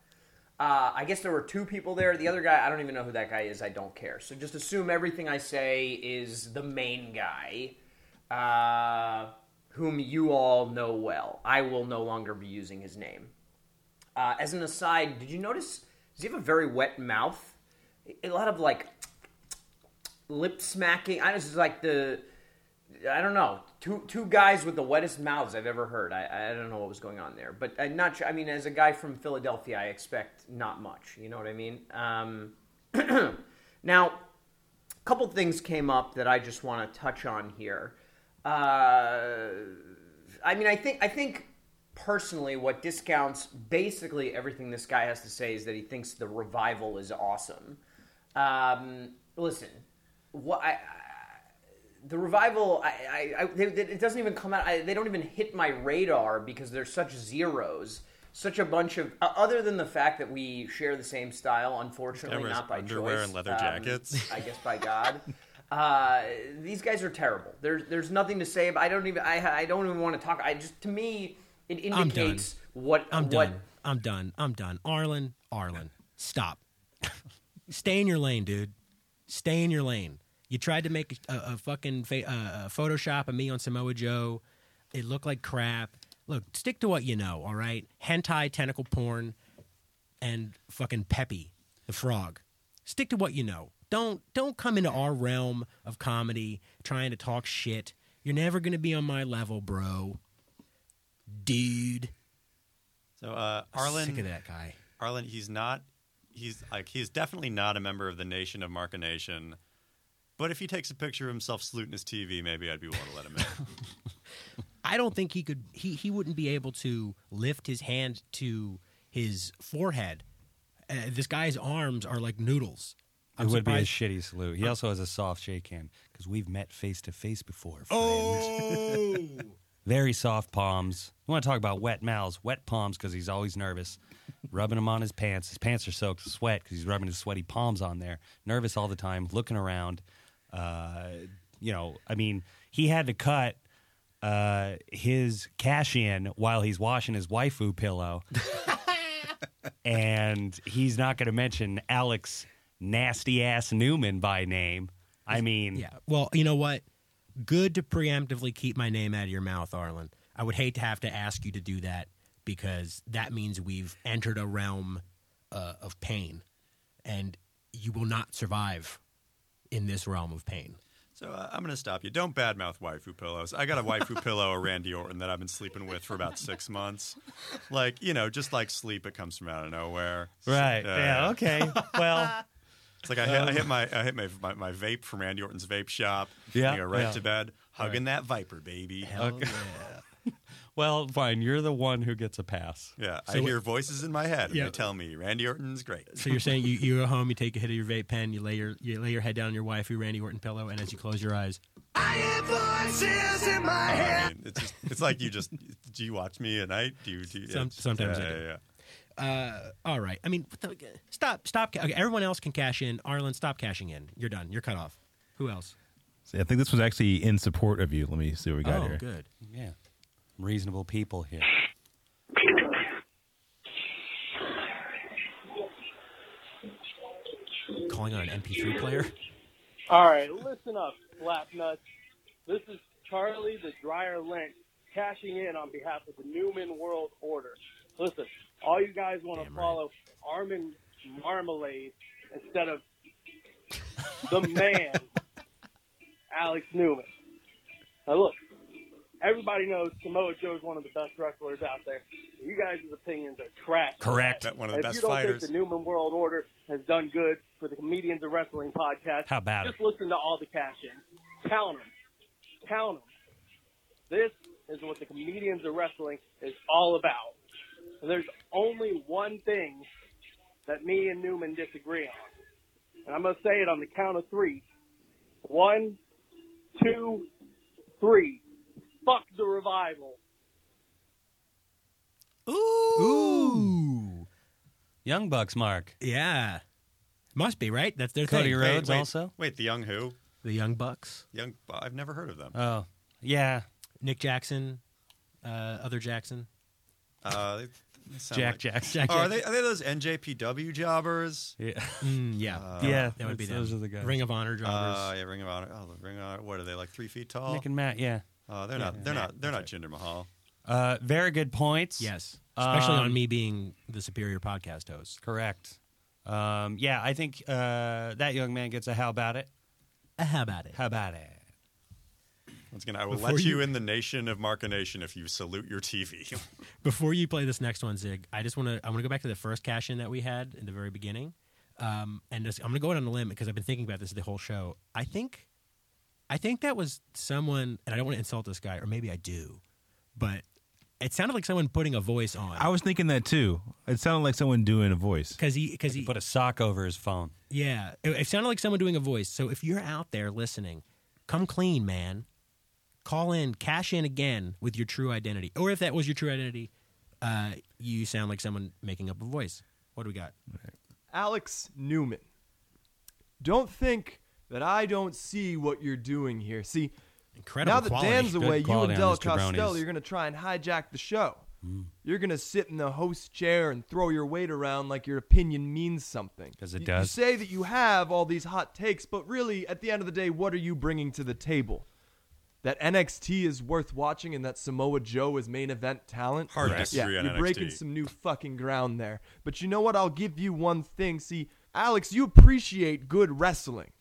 Uh, I guess there were two people there. The other guy, I don't even know who that guy is. I don't care. So just assume everything I say is the main guy, uh, whom you all know well. I will no longer be using his name. Uh, as an aside, did you notice? Does he have a very wet mouth? A lot of like lip smacking. I just like the. I don't know. Two two guys with the wettest mouths I've ever heard. I, I don't know what was going on there, but I'm not sure. I mean, as a guy from Philadelphia, I expect not much. You know what I mean? Um, now, a couple things came up that I just want to touch on here. Uh, I mean, I think I think personally, what discounts basically everything this guy has to say is that he thinks the revival is awesome. Um, listen, what I, the revival I, I, I they, they- it doesn't even come out I, they don't even hit my radar because they're such zeros such a bunch of uh, other than the fact that we share the same style unfortunately
There was
not by
underwear
choice,
and leather
um,
jackets.
i guess by god uh, these guys are terrible there's there's nothing to say about, i don't even I, I don't even want to talk i just to me it
I'm done.
indicates what
I'm
what
done. I'm done. I'm done. Arlen, Arlen, stop. Stay in your lane, dude. Stay in your lane. You tried to make a, a fucking fa- uh, a Photoshop of me on Samoa Joe. It looked like crap. Look, stick to what you know, all right? Hentai, tentacle porn, and fucking Peppy the frog. Stick to what you know. Don't don't come into our realm of comedy trying to talk shit. You're never gonna be on my level, bro. Dude,
So uh,
sick of
Arlen,
that guy.
Arlen, he's not. He's like he's definitely not a member of the Nation of Marca Nation. But if he takes a picture of himself saluting his TV, maybe I'd be willing to let him in.
I don't think he could. He he wouldn't be able to lift his hand to his forehead. Uh, this guy's arms are like noodles.
It would be a shitty salute. He also has a soft shake hand because we've met face to face before. Friend.
Oh,
Very soft palms. You want to talk about wet mouths, wet palms because he's always nervous. rubbing them on his pants. His pants are soaked with sweat because he's rubbing his sweaty palms on there. Nervous all the time, looking around. Uh, you know, I mean, he had to cut uh, his cash in while he's washing his waifu pillow. and he's not going to mention Alex nasty ass Newman by name. I mean,
yeah. Well, you know what? Good to preemptively keep my name out of your mouth, Arlen. I would hate to have to ask you to do that because that means we've entered a realm uh, of pain, and you will not survive in this realm of pain.
So uh, I'm going to stop you. Don't badmouth waifu pillows. I got a waifu pillow of Randy Orton that I've been sleeping with for about six months. Like, you know, just like sleep, it comes from out of nowhere.
right.
Uh,
yeah, okay. Well,
It's like I hit, I hit my I hit my, my, my vape from Randy Orton's vape shop.
Yeah,
You go right
yeah.
to bed, hugging that viper, baby.
Okay.
Well, fine. You're the one who gets a pass.
Yeah, I
So what-
hear voices in my head and
Yeah.
they tell me Randy Orton's great.
So you're saying you, you go home, you take a hit of your vape pen, you lay your you lay your head down on your waifu Randy Orton pillow, and as you close your eyes,
I mean, it's just, it's like you just do you watch me at night? Do you? Do you
Some-
it's-
sometimes
yeah,
I do.
Yeah, yeah.
all right. I mean, what the, stop, stop. Okay, everyone else can cash in. Arlen, stop cashing in. You're done. You're cut off. Who else?
See, I think this was actually in support of you. Let me see what we got
oh,
here.
good.
Yeah. Reasonable people here.
Calling on an MP3 player.
All right, listen up, slapnuts. This is Charlie the Dryer Lynch cashing in on behalf of the Newman World Order. Listen, all you guys want to
Damn right.
follow Armin Marmalade instead of the man, Alex Newman. Now look, everybody knows Samoa Joe is one of the best wrestlers out there. You guys' opinions are trash.
Correct.
Bet one of the
if
best
you don't
fighters.
think the Newman World Order has done good for the Comedians of Wrestling podcast,
How about
just listen to all the cash in. Count them. Count them. This is what the Comedians of Wrestling is all about. And there's only one thing that me and Newman disagree on. And I'm going to say it on the count of three. One, two, three. Fuck the revival.
Ooh,
Young Bucks, Mark.
yeah. Must be right. That's their
Cody
thing.
Rhodes
wait,
also.
Wait, the Young Who?
The Young Bucks.
Young? I've never heard of them.
Oh, Yeah,
Nick Jackson, uh, other Jackson.
Uh, they, they sound
Jack
like-
Jackson.
Jack
Oh, are they are they those NJPW jobbers?
Yeah,
Mm, yeah,
Uh, yeah.
that would be them.
those are the guys.
Ring of Honor jobbers.
Uh, yeah, Ring of Honor. Oh, the Ring of Honor. What are they like? Three feet tall?
Nick and Matt. Yeah,
Oh, they're not. They're not. They're not Jinder Mahal.
uh, very good points.
yes, especially
Um,
on me being the superior podcast host.
correct. Um, yeah, I think uh, that young man gets a how about it?
Uh, How about it?
How about it?
Once again, I will
Before
let you,
you-
in the nation of Marca Nation if you salute your TV.
Before you play this next one, Zig, I just want to. I want to go back to the first cash in that we had in the very beginning, um, and just, I'm going to go out on a limb because I've been thinking about this the whole show. I think, I think that was someone, and I don't want to insult this guy, or maybe I do, but it sounded like someone putting a voice on.
I was thinking that too. It sounded like someone doing a voice.
because he, because he,
Put a sock over his phone.
yeah, it, it sounded like someone doing a voice. So if you're out there listening, come clean, man. Call in, cash in again with your true identity, or if that was your true identity, uh, you sound like someone making up a voice. What do we got?
Alex Newman. Don't think that I don't see what you're doing here. See,
Incredible
now that
quality.
Dan's away, you
quality
and
on
Del
Mr. Brownies. Mm.
Costello, you're going to try and hijack the show. You're going to sit in the host chair and throw your weight around like your opinion means something.
'Cause it
You-
does.
You say that you have all these hot takes, but really, at the end of the day, what are you bringing to the table? That NXT is worth watching and that Samoa Joe is main event talent?
Hard disagree
yeah,
on
you're
NXT.
breaking some new fucking ground there. But you know what? I'll give you one thing. See, Alex, you appreciate good wrestling,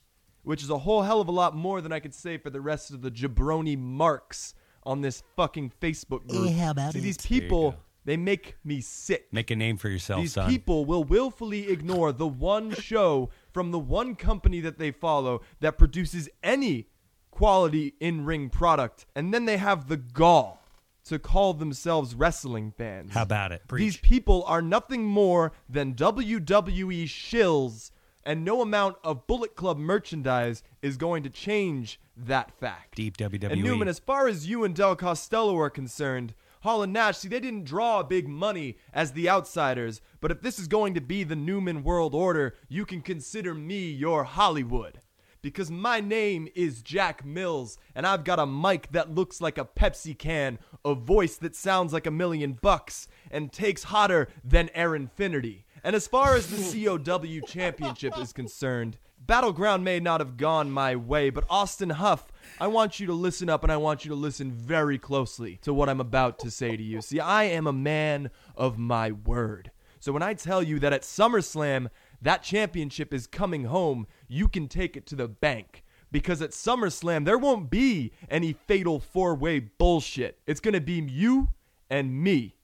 which is a whole hell of a lot more than I could say for the rest of the jabroni marks on this fucking Facebook group.
how about
See, these
it?
people, they make me sick.
Make a name for yourself,
These
son.
people will willfully ignore the one show from the one company that they follow that produces any quality in ring product, and then they have the gall to call themselves wrestling fans.
How about it?
These people are nothing more than WWE shills, and no amount of Bullet Club merchandise is going to change that fact.
Deep E
E.
WWE.
And Newman, as far as you and Del Costello are concerned, Hall and Nash, see, they didn't draw big money as the outsiders, but if this is going to be the Newman world order, you can consider me your Hollywood. Because my name is Jack Mills, and I've got a mic that looks like a Pepsi can, a voice that sounds like a million bucks, and takes hotter than Aaronfinity. And as far as the COW championship is concerned, Battleground may not have gone my way, but Austin Huff, I want you to listen up and I want you to listen very closely to what I'm about to say to you. See, I am a man of my word. So when I tell you that at SummerSlam, that championship is coming home, you can take it to the bank. Because at SummerSlam, there won't be any fatal four way bullshit. It's going to be you and me.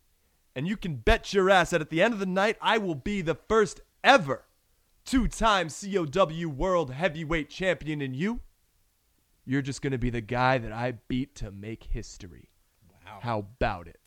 And you can bet your ass that at the end of the night, I will be the first ever two time COW World Heavyweight Champion. And you, you're just going to be the guy that I beat to make history. Wow. How about it?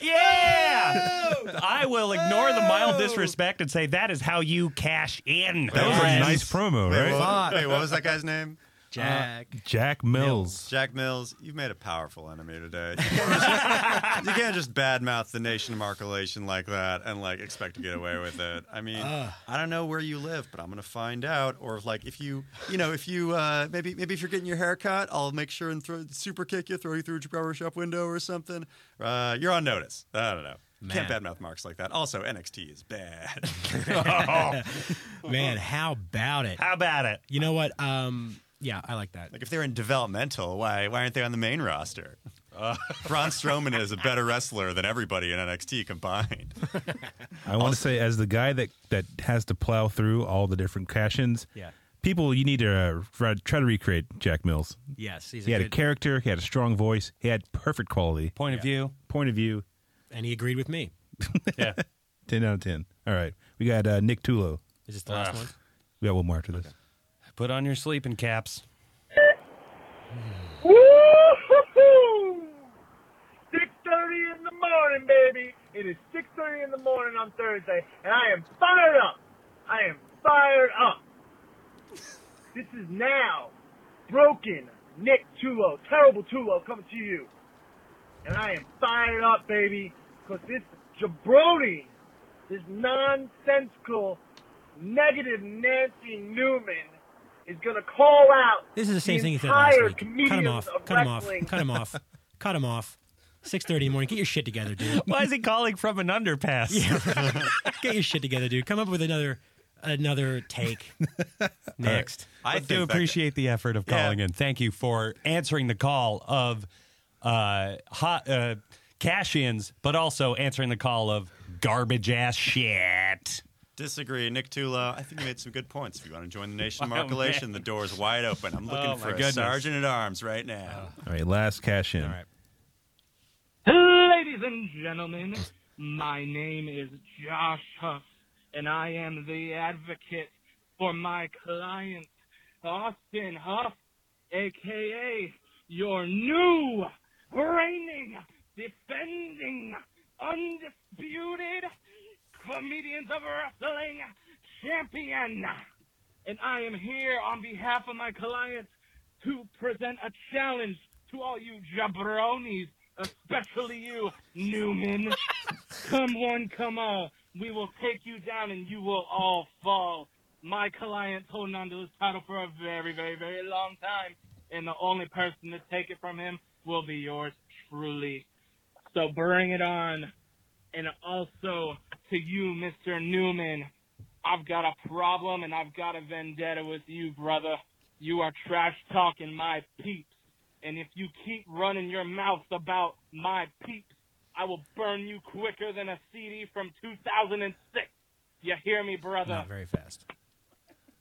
Yeah! Oh. I will ignore the mild disrespect and say that is how you cash in.
That was a
friends.
nice promo,
Wait,
right?
what, wait, what was that guy's name?
Jack.
Uh,
Jack Mills.
Jack Mills. You've made a powerful enemy today. You can't just, you can't just badmouth the nation of Marcolation like that and like expect to get away with it. I mean, I don't know where you live, but I'm gonna find out. Or if like if you, you know, if you uh, maybe maybe if you're getting your hair cut, I'll make sure and throw super kick you, throw you through a barber shop window or something. Uh, you're on notice. I don't know. Can't badmouth marks like that. Also, NXT is bad.
uh-huh.
Man, how about it?
How about it?
You know what? Um, yeah, I like that.
Like if they're in developmental, why why aren't they on the main roster? Uh. Braun Strowman is a better wrestler than everybody in NXT combined.
I want to say, as the guy that that has to plow through all the different cash-ins,
Yeah.
people, you need to uh, try, try to recreate Jack Mills.
Yes, he's
He
a
had a
good-
character. He had a strong voice. He had perfect quality.
Point of view.
Point of view.
and he agreed with me.
Yeah.
Ten out of ten. All right, we got uh, Nick Tulo.
Is this the last one?
We got one more after this.
Put on your sleeping caps.
Woo-hoo-hoo! 6.30 in the morning, baby. It is 6.30 in the morning on Thursday, and I am fired up. I am fired up. This is now broken Nick Tulo, terrible Tulo coming to you. And I am fired up, baby, because this jabroni, this nonsensical, negative Nancy Newman is going to call out.
This is the same thing he said
entire
last week. Cut
comedians
him off.
of
Cut him off.
wrestling.
Cut him off. Cut him off. Six thirty in the morning. Get your shit together, dude.
Why is he calling from an underpass?
Get your shit together, dude. Come up with another another take. Next.
I
I do
think that-
appreciate the effort of calling in. Thank you for answering the call of uh, hot, uh, cash ins, but also answering the call of garbage ass shit.
Disagree, Nick Tula. I think you made some good points. If you want to join the Nation
Wow,
Marculation,
man.
the door is wide open. I'm looking
Oh, my
for a
goodness. Oh,
sergeant at arms right now.
All right, last cash in.
Ladies and gentlemen, my name is Josh Huff, and I am the advocate for my client, Austin Huff, aka your new, reigning, defending, undisputed Comedians of Wrestling champion. And I am here on behalf of my client to present a challenge to all you jabronis, especially you, Newman. come one, come all. We will take you down and you will all fall. My client's holding on to this title for a very, very, very long time, and the only person to take it from him will be yours truly. So bring it on. And also to you, Mr. Newman, I've got a problem and I've got a vendetta with you, brother. You are trash talking my peeps. And if you keep running your mouth about my peeps, I will burn you quicker than a CD from 2006. You hear me, brother?
Not very fast.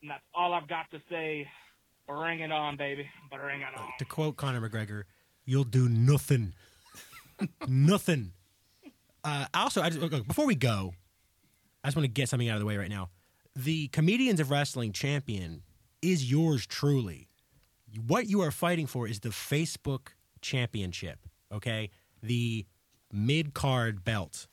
And that's all I've got to say. Bring it on, baby. Bring it on.
To quote Conor McGregor, "You'll do nothing, nothing." Uh, also, I just, look, look, before we go, I just want to get something out of the way right now. The Comedians of Wrestling champion is yours truly. What you are fighting for is the Facebook championship, okay? The mid card belt.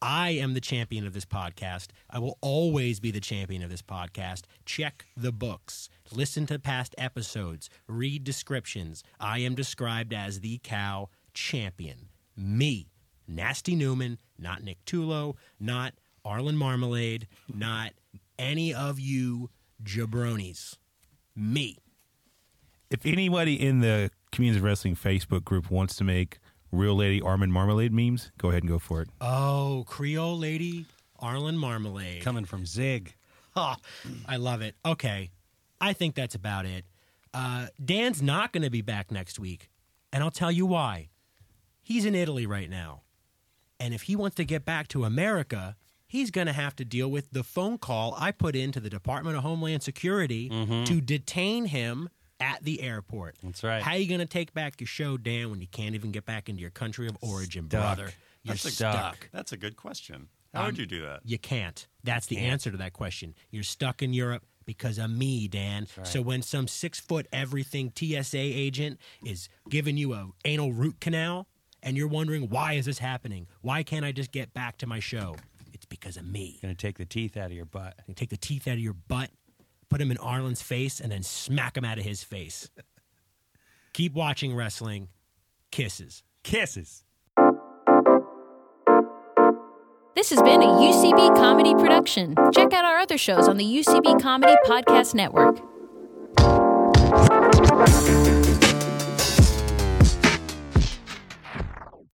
I am the champion of this podcast. I will always be the champion of this podcast. Check the books, listen to past episodes, read descriptions. I am described as the cow champion. Me, Nasty Newman, not Nick Tulo, not Arlen Marmalade, not any of you jabronis. Me.
If anybody in the Community of Wrestling Facebook group wants to make real lady Armin Marmalade memes, go ahead and go for it.
Oh, Creole lady, Arlen Marmalade.
Coming from Zig.
Oh, I love it. Okay. I think that's about it. Uh, Dan's not going to be back next week, and I'll tell you why. He's in Italy right now. And if he wants to get back to America, he's going to have to deal with the phone call I put into the Department of Homeland Security to detain him at the airport.
That's right.
How you going to take back your show, Dan, when you can't even get back into your country of origin, brother? You're
That's a-
stuck.
That's a good question. How
Um,
would you do that?
You can't. That's the answer to that question. You're stuck in Europe because of me, Dan. So when some six foot everything TSA agent is giving you a anal root canal and you're wondering why is this happening? Why can't I just get back to my show? It's because of me.
Gonna take the teeth out of your butt.
You take the teeth out of your butt, put them in Arlen's face, and then smack them out of his face. Keep watching wrestling. Kisses.
Kisses.
This has been a UCB comedy production. Check out our other shows on the UCB Comedy Podcast Network.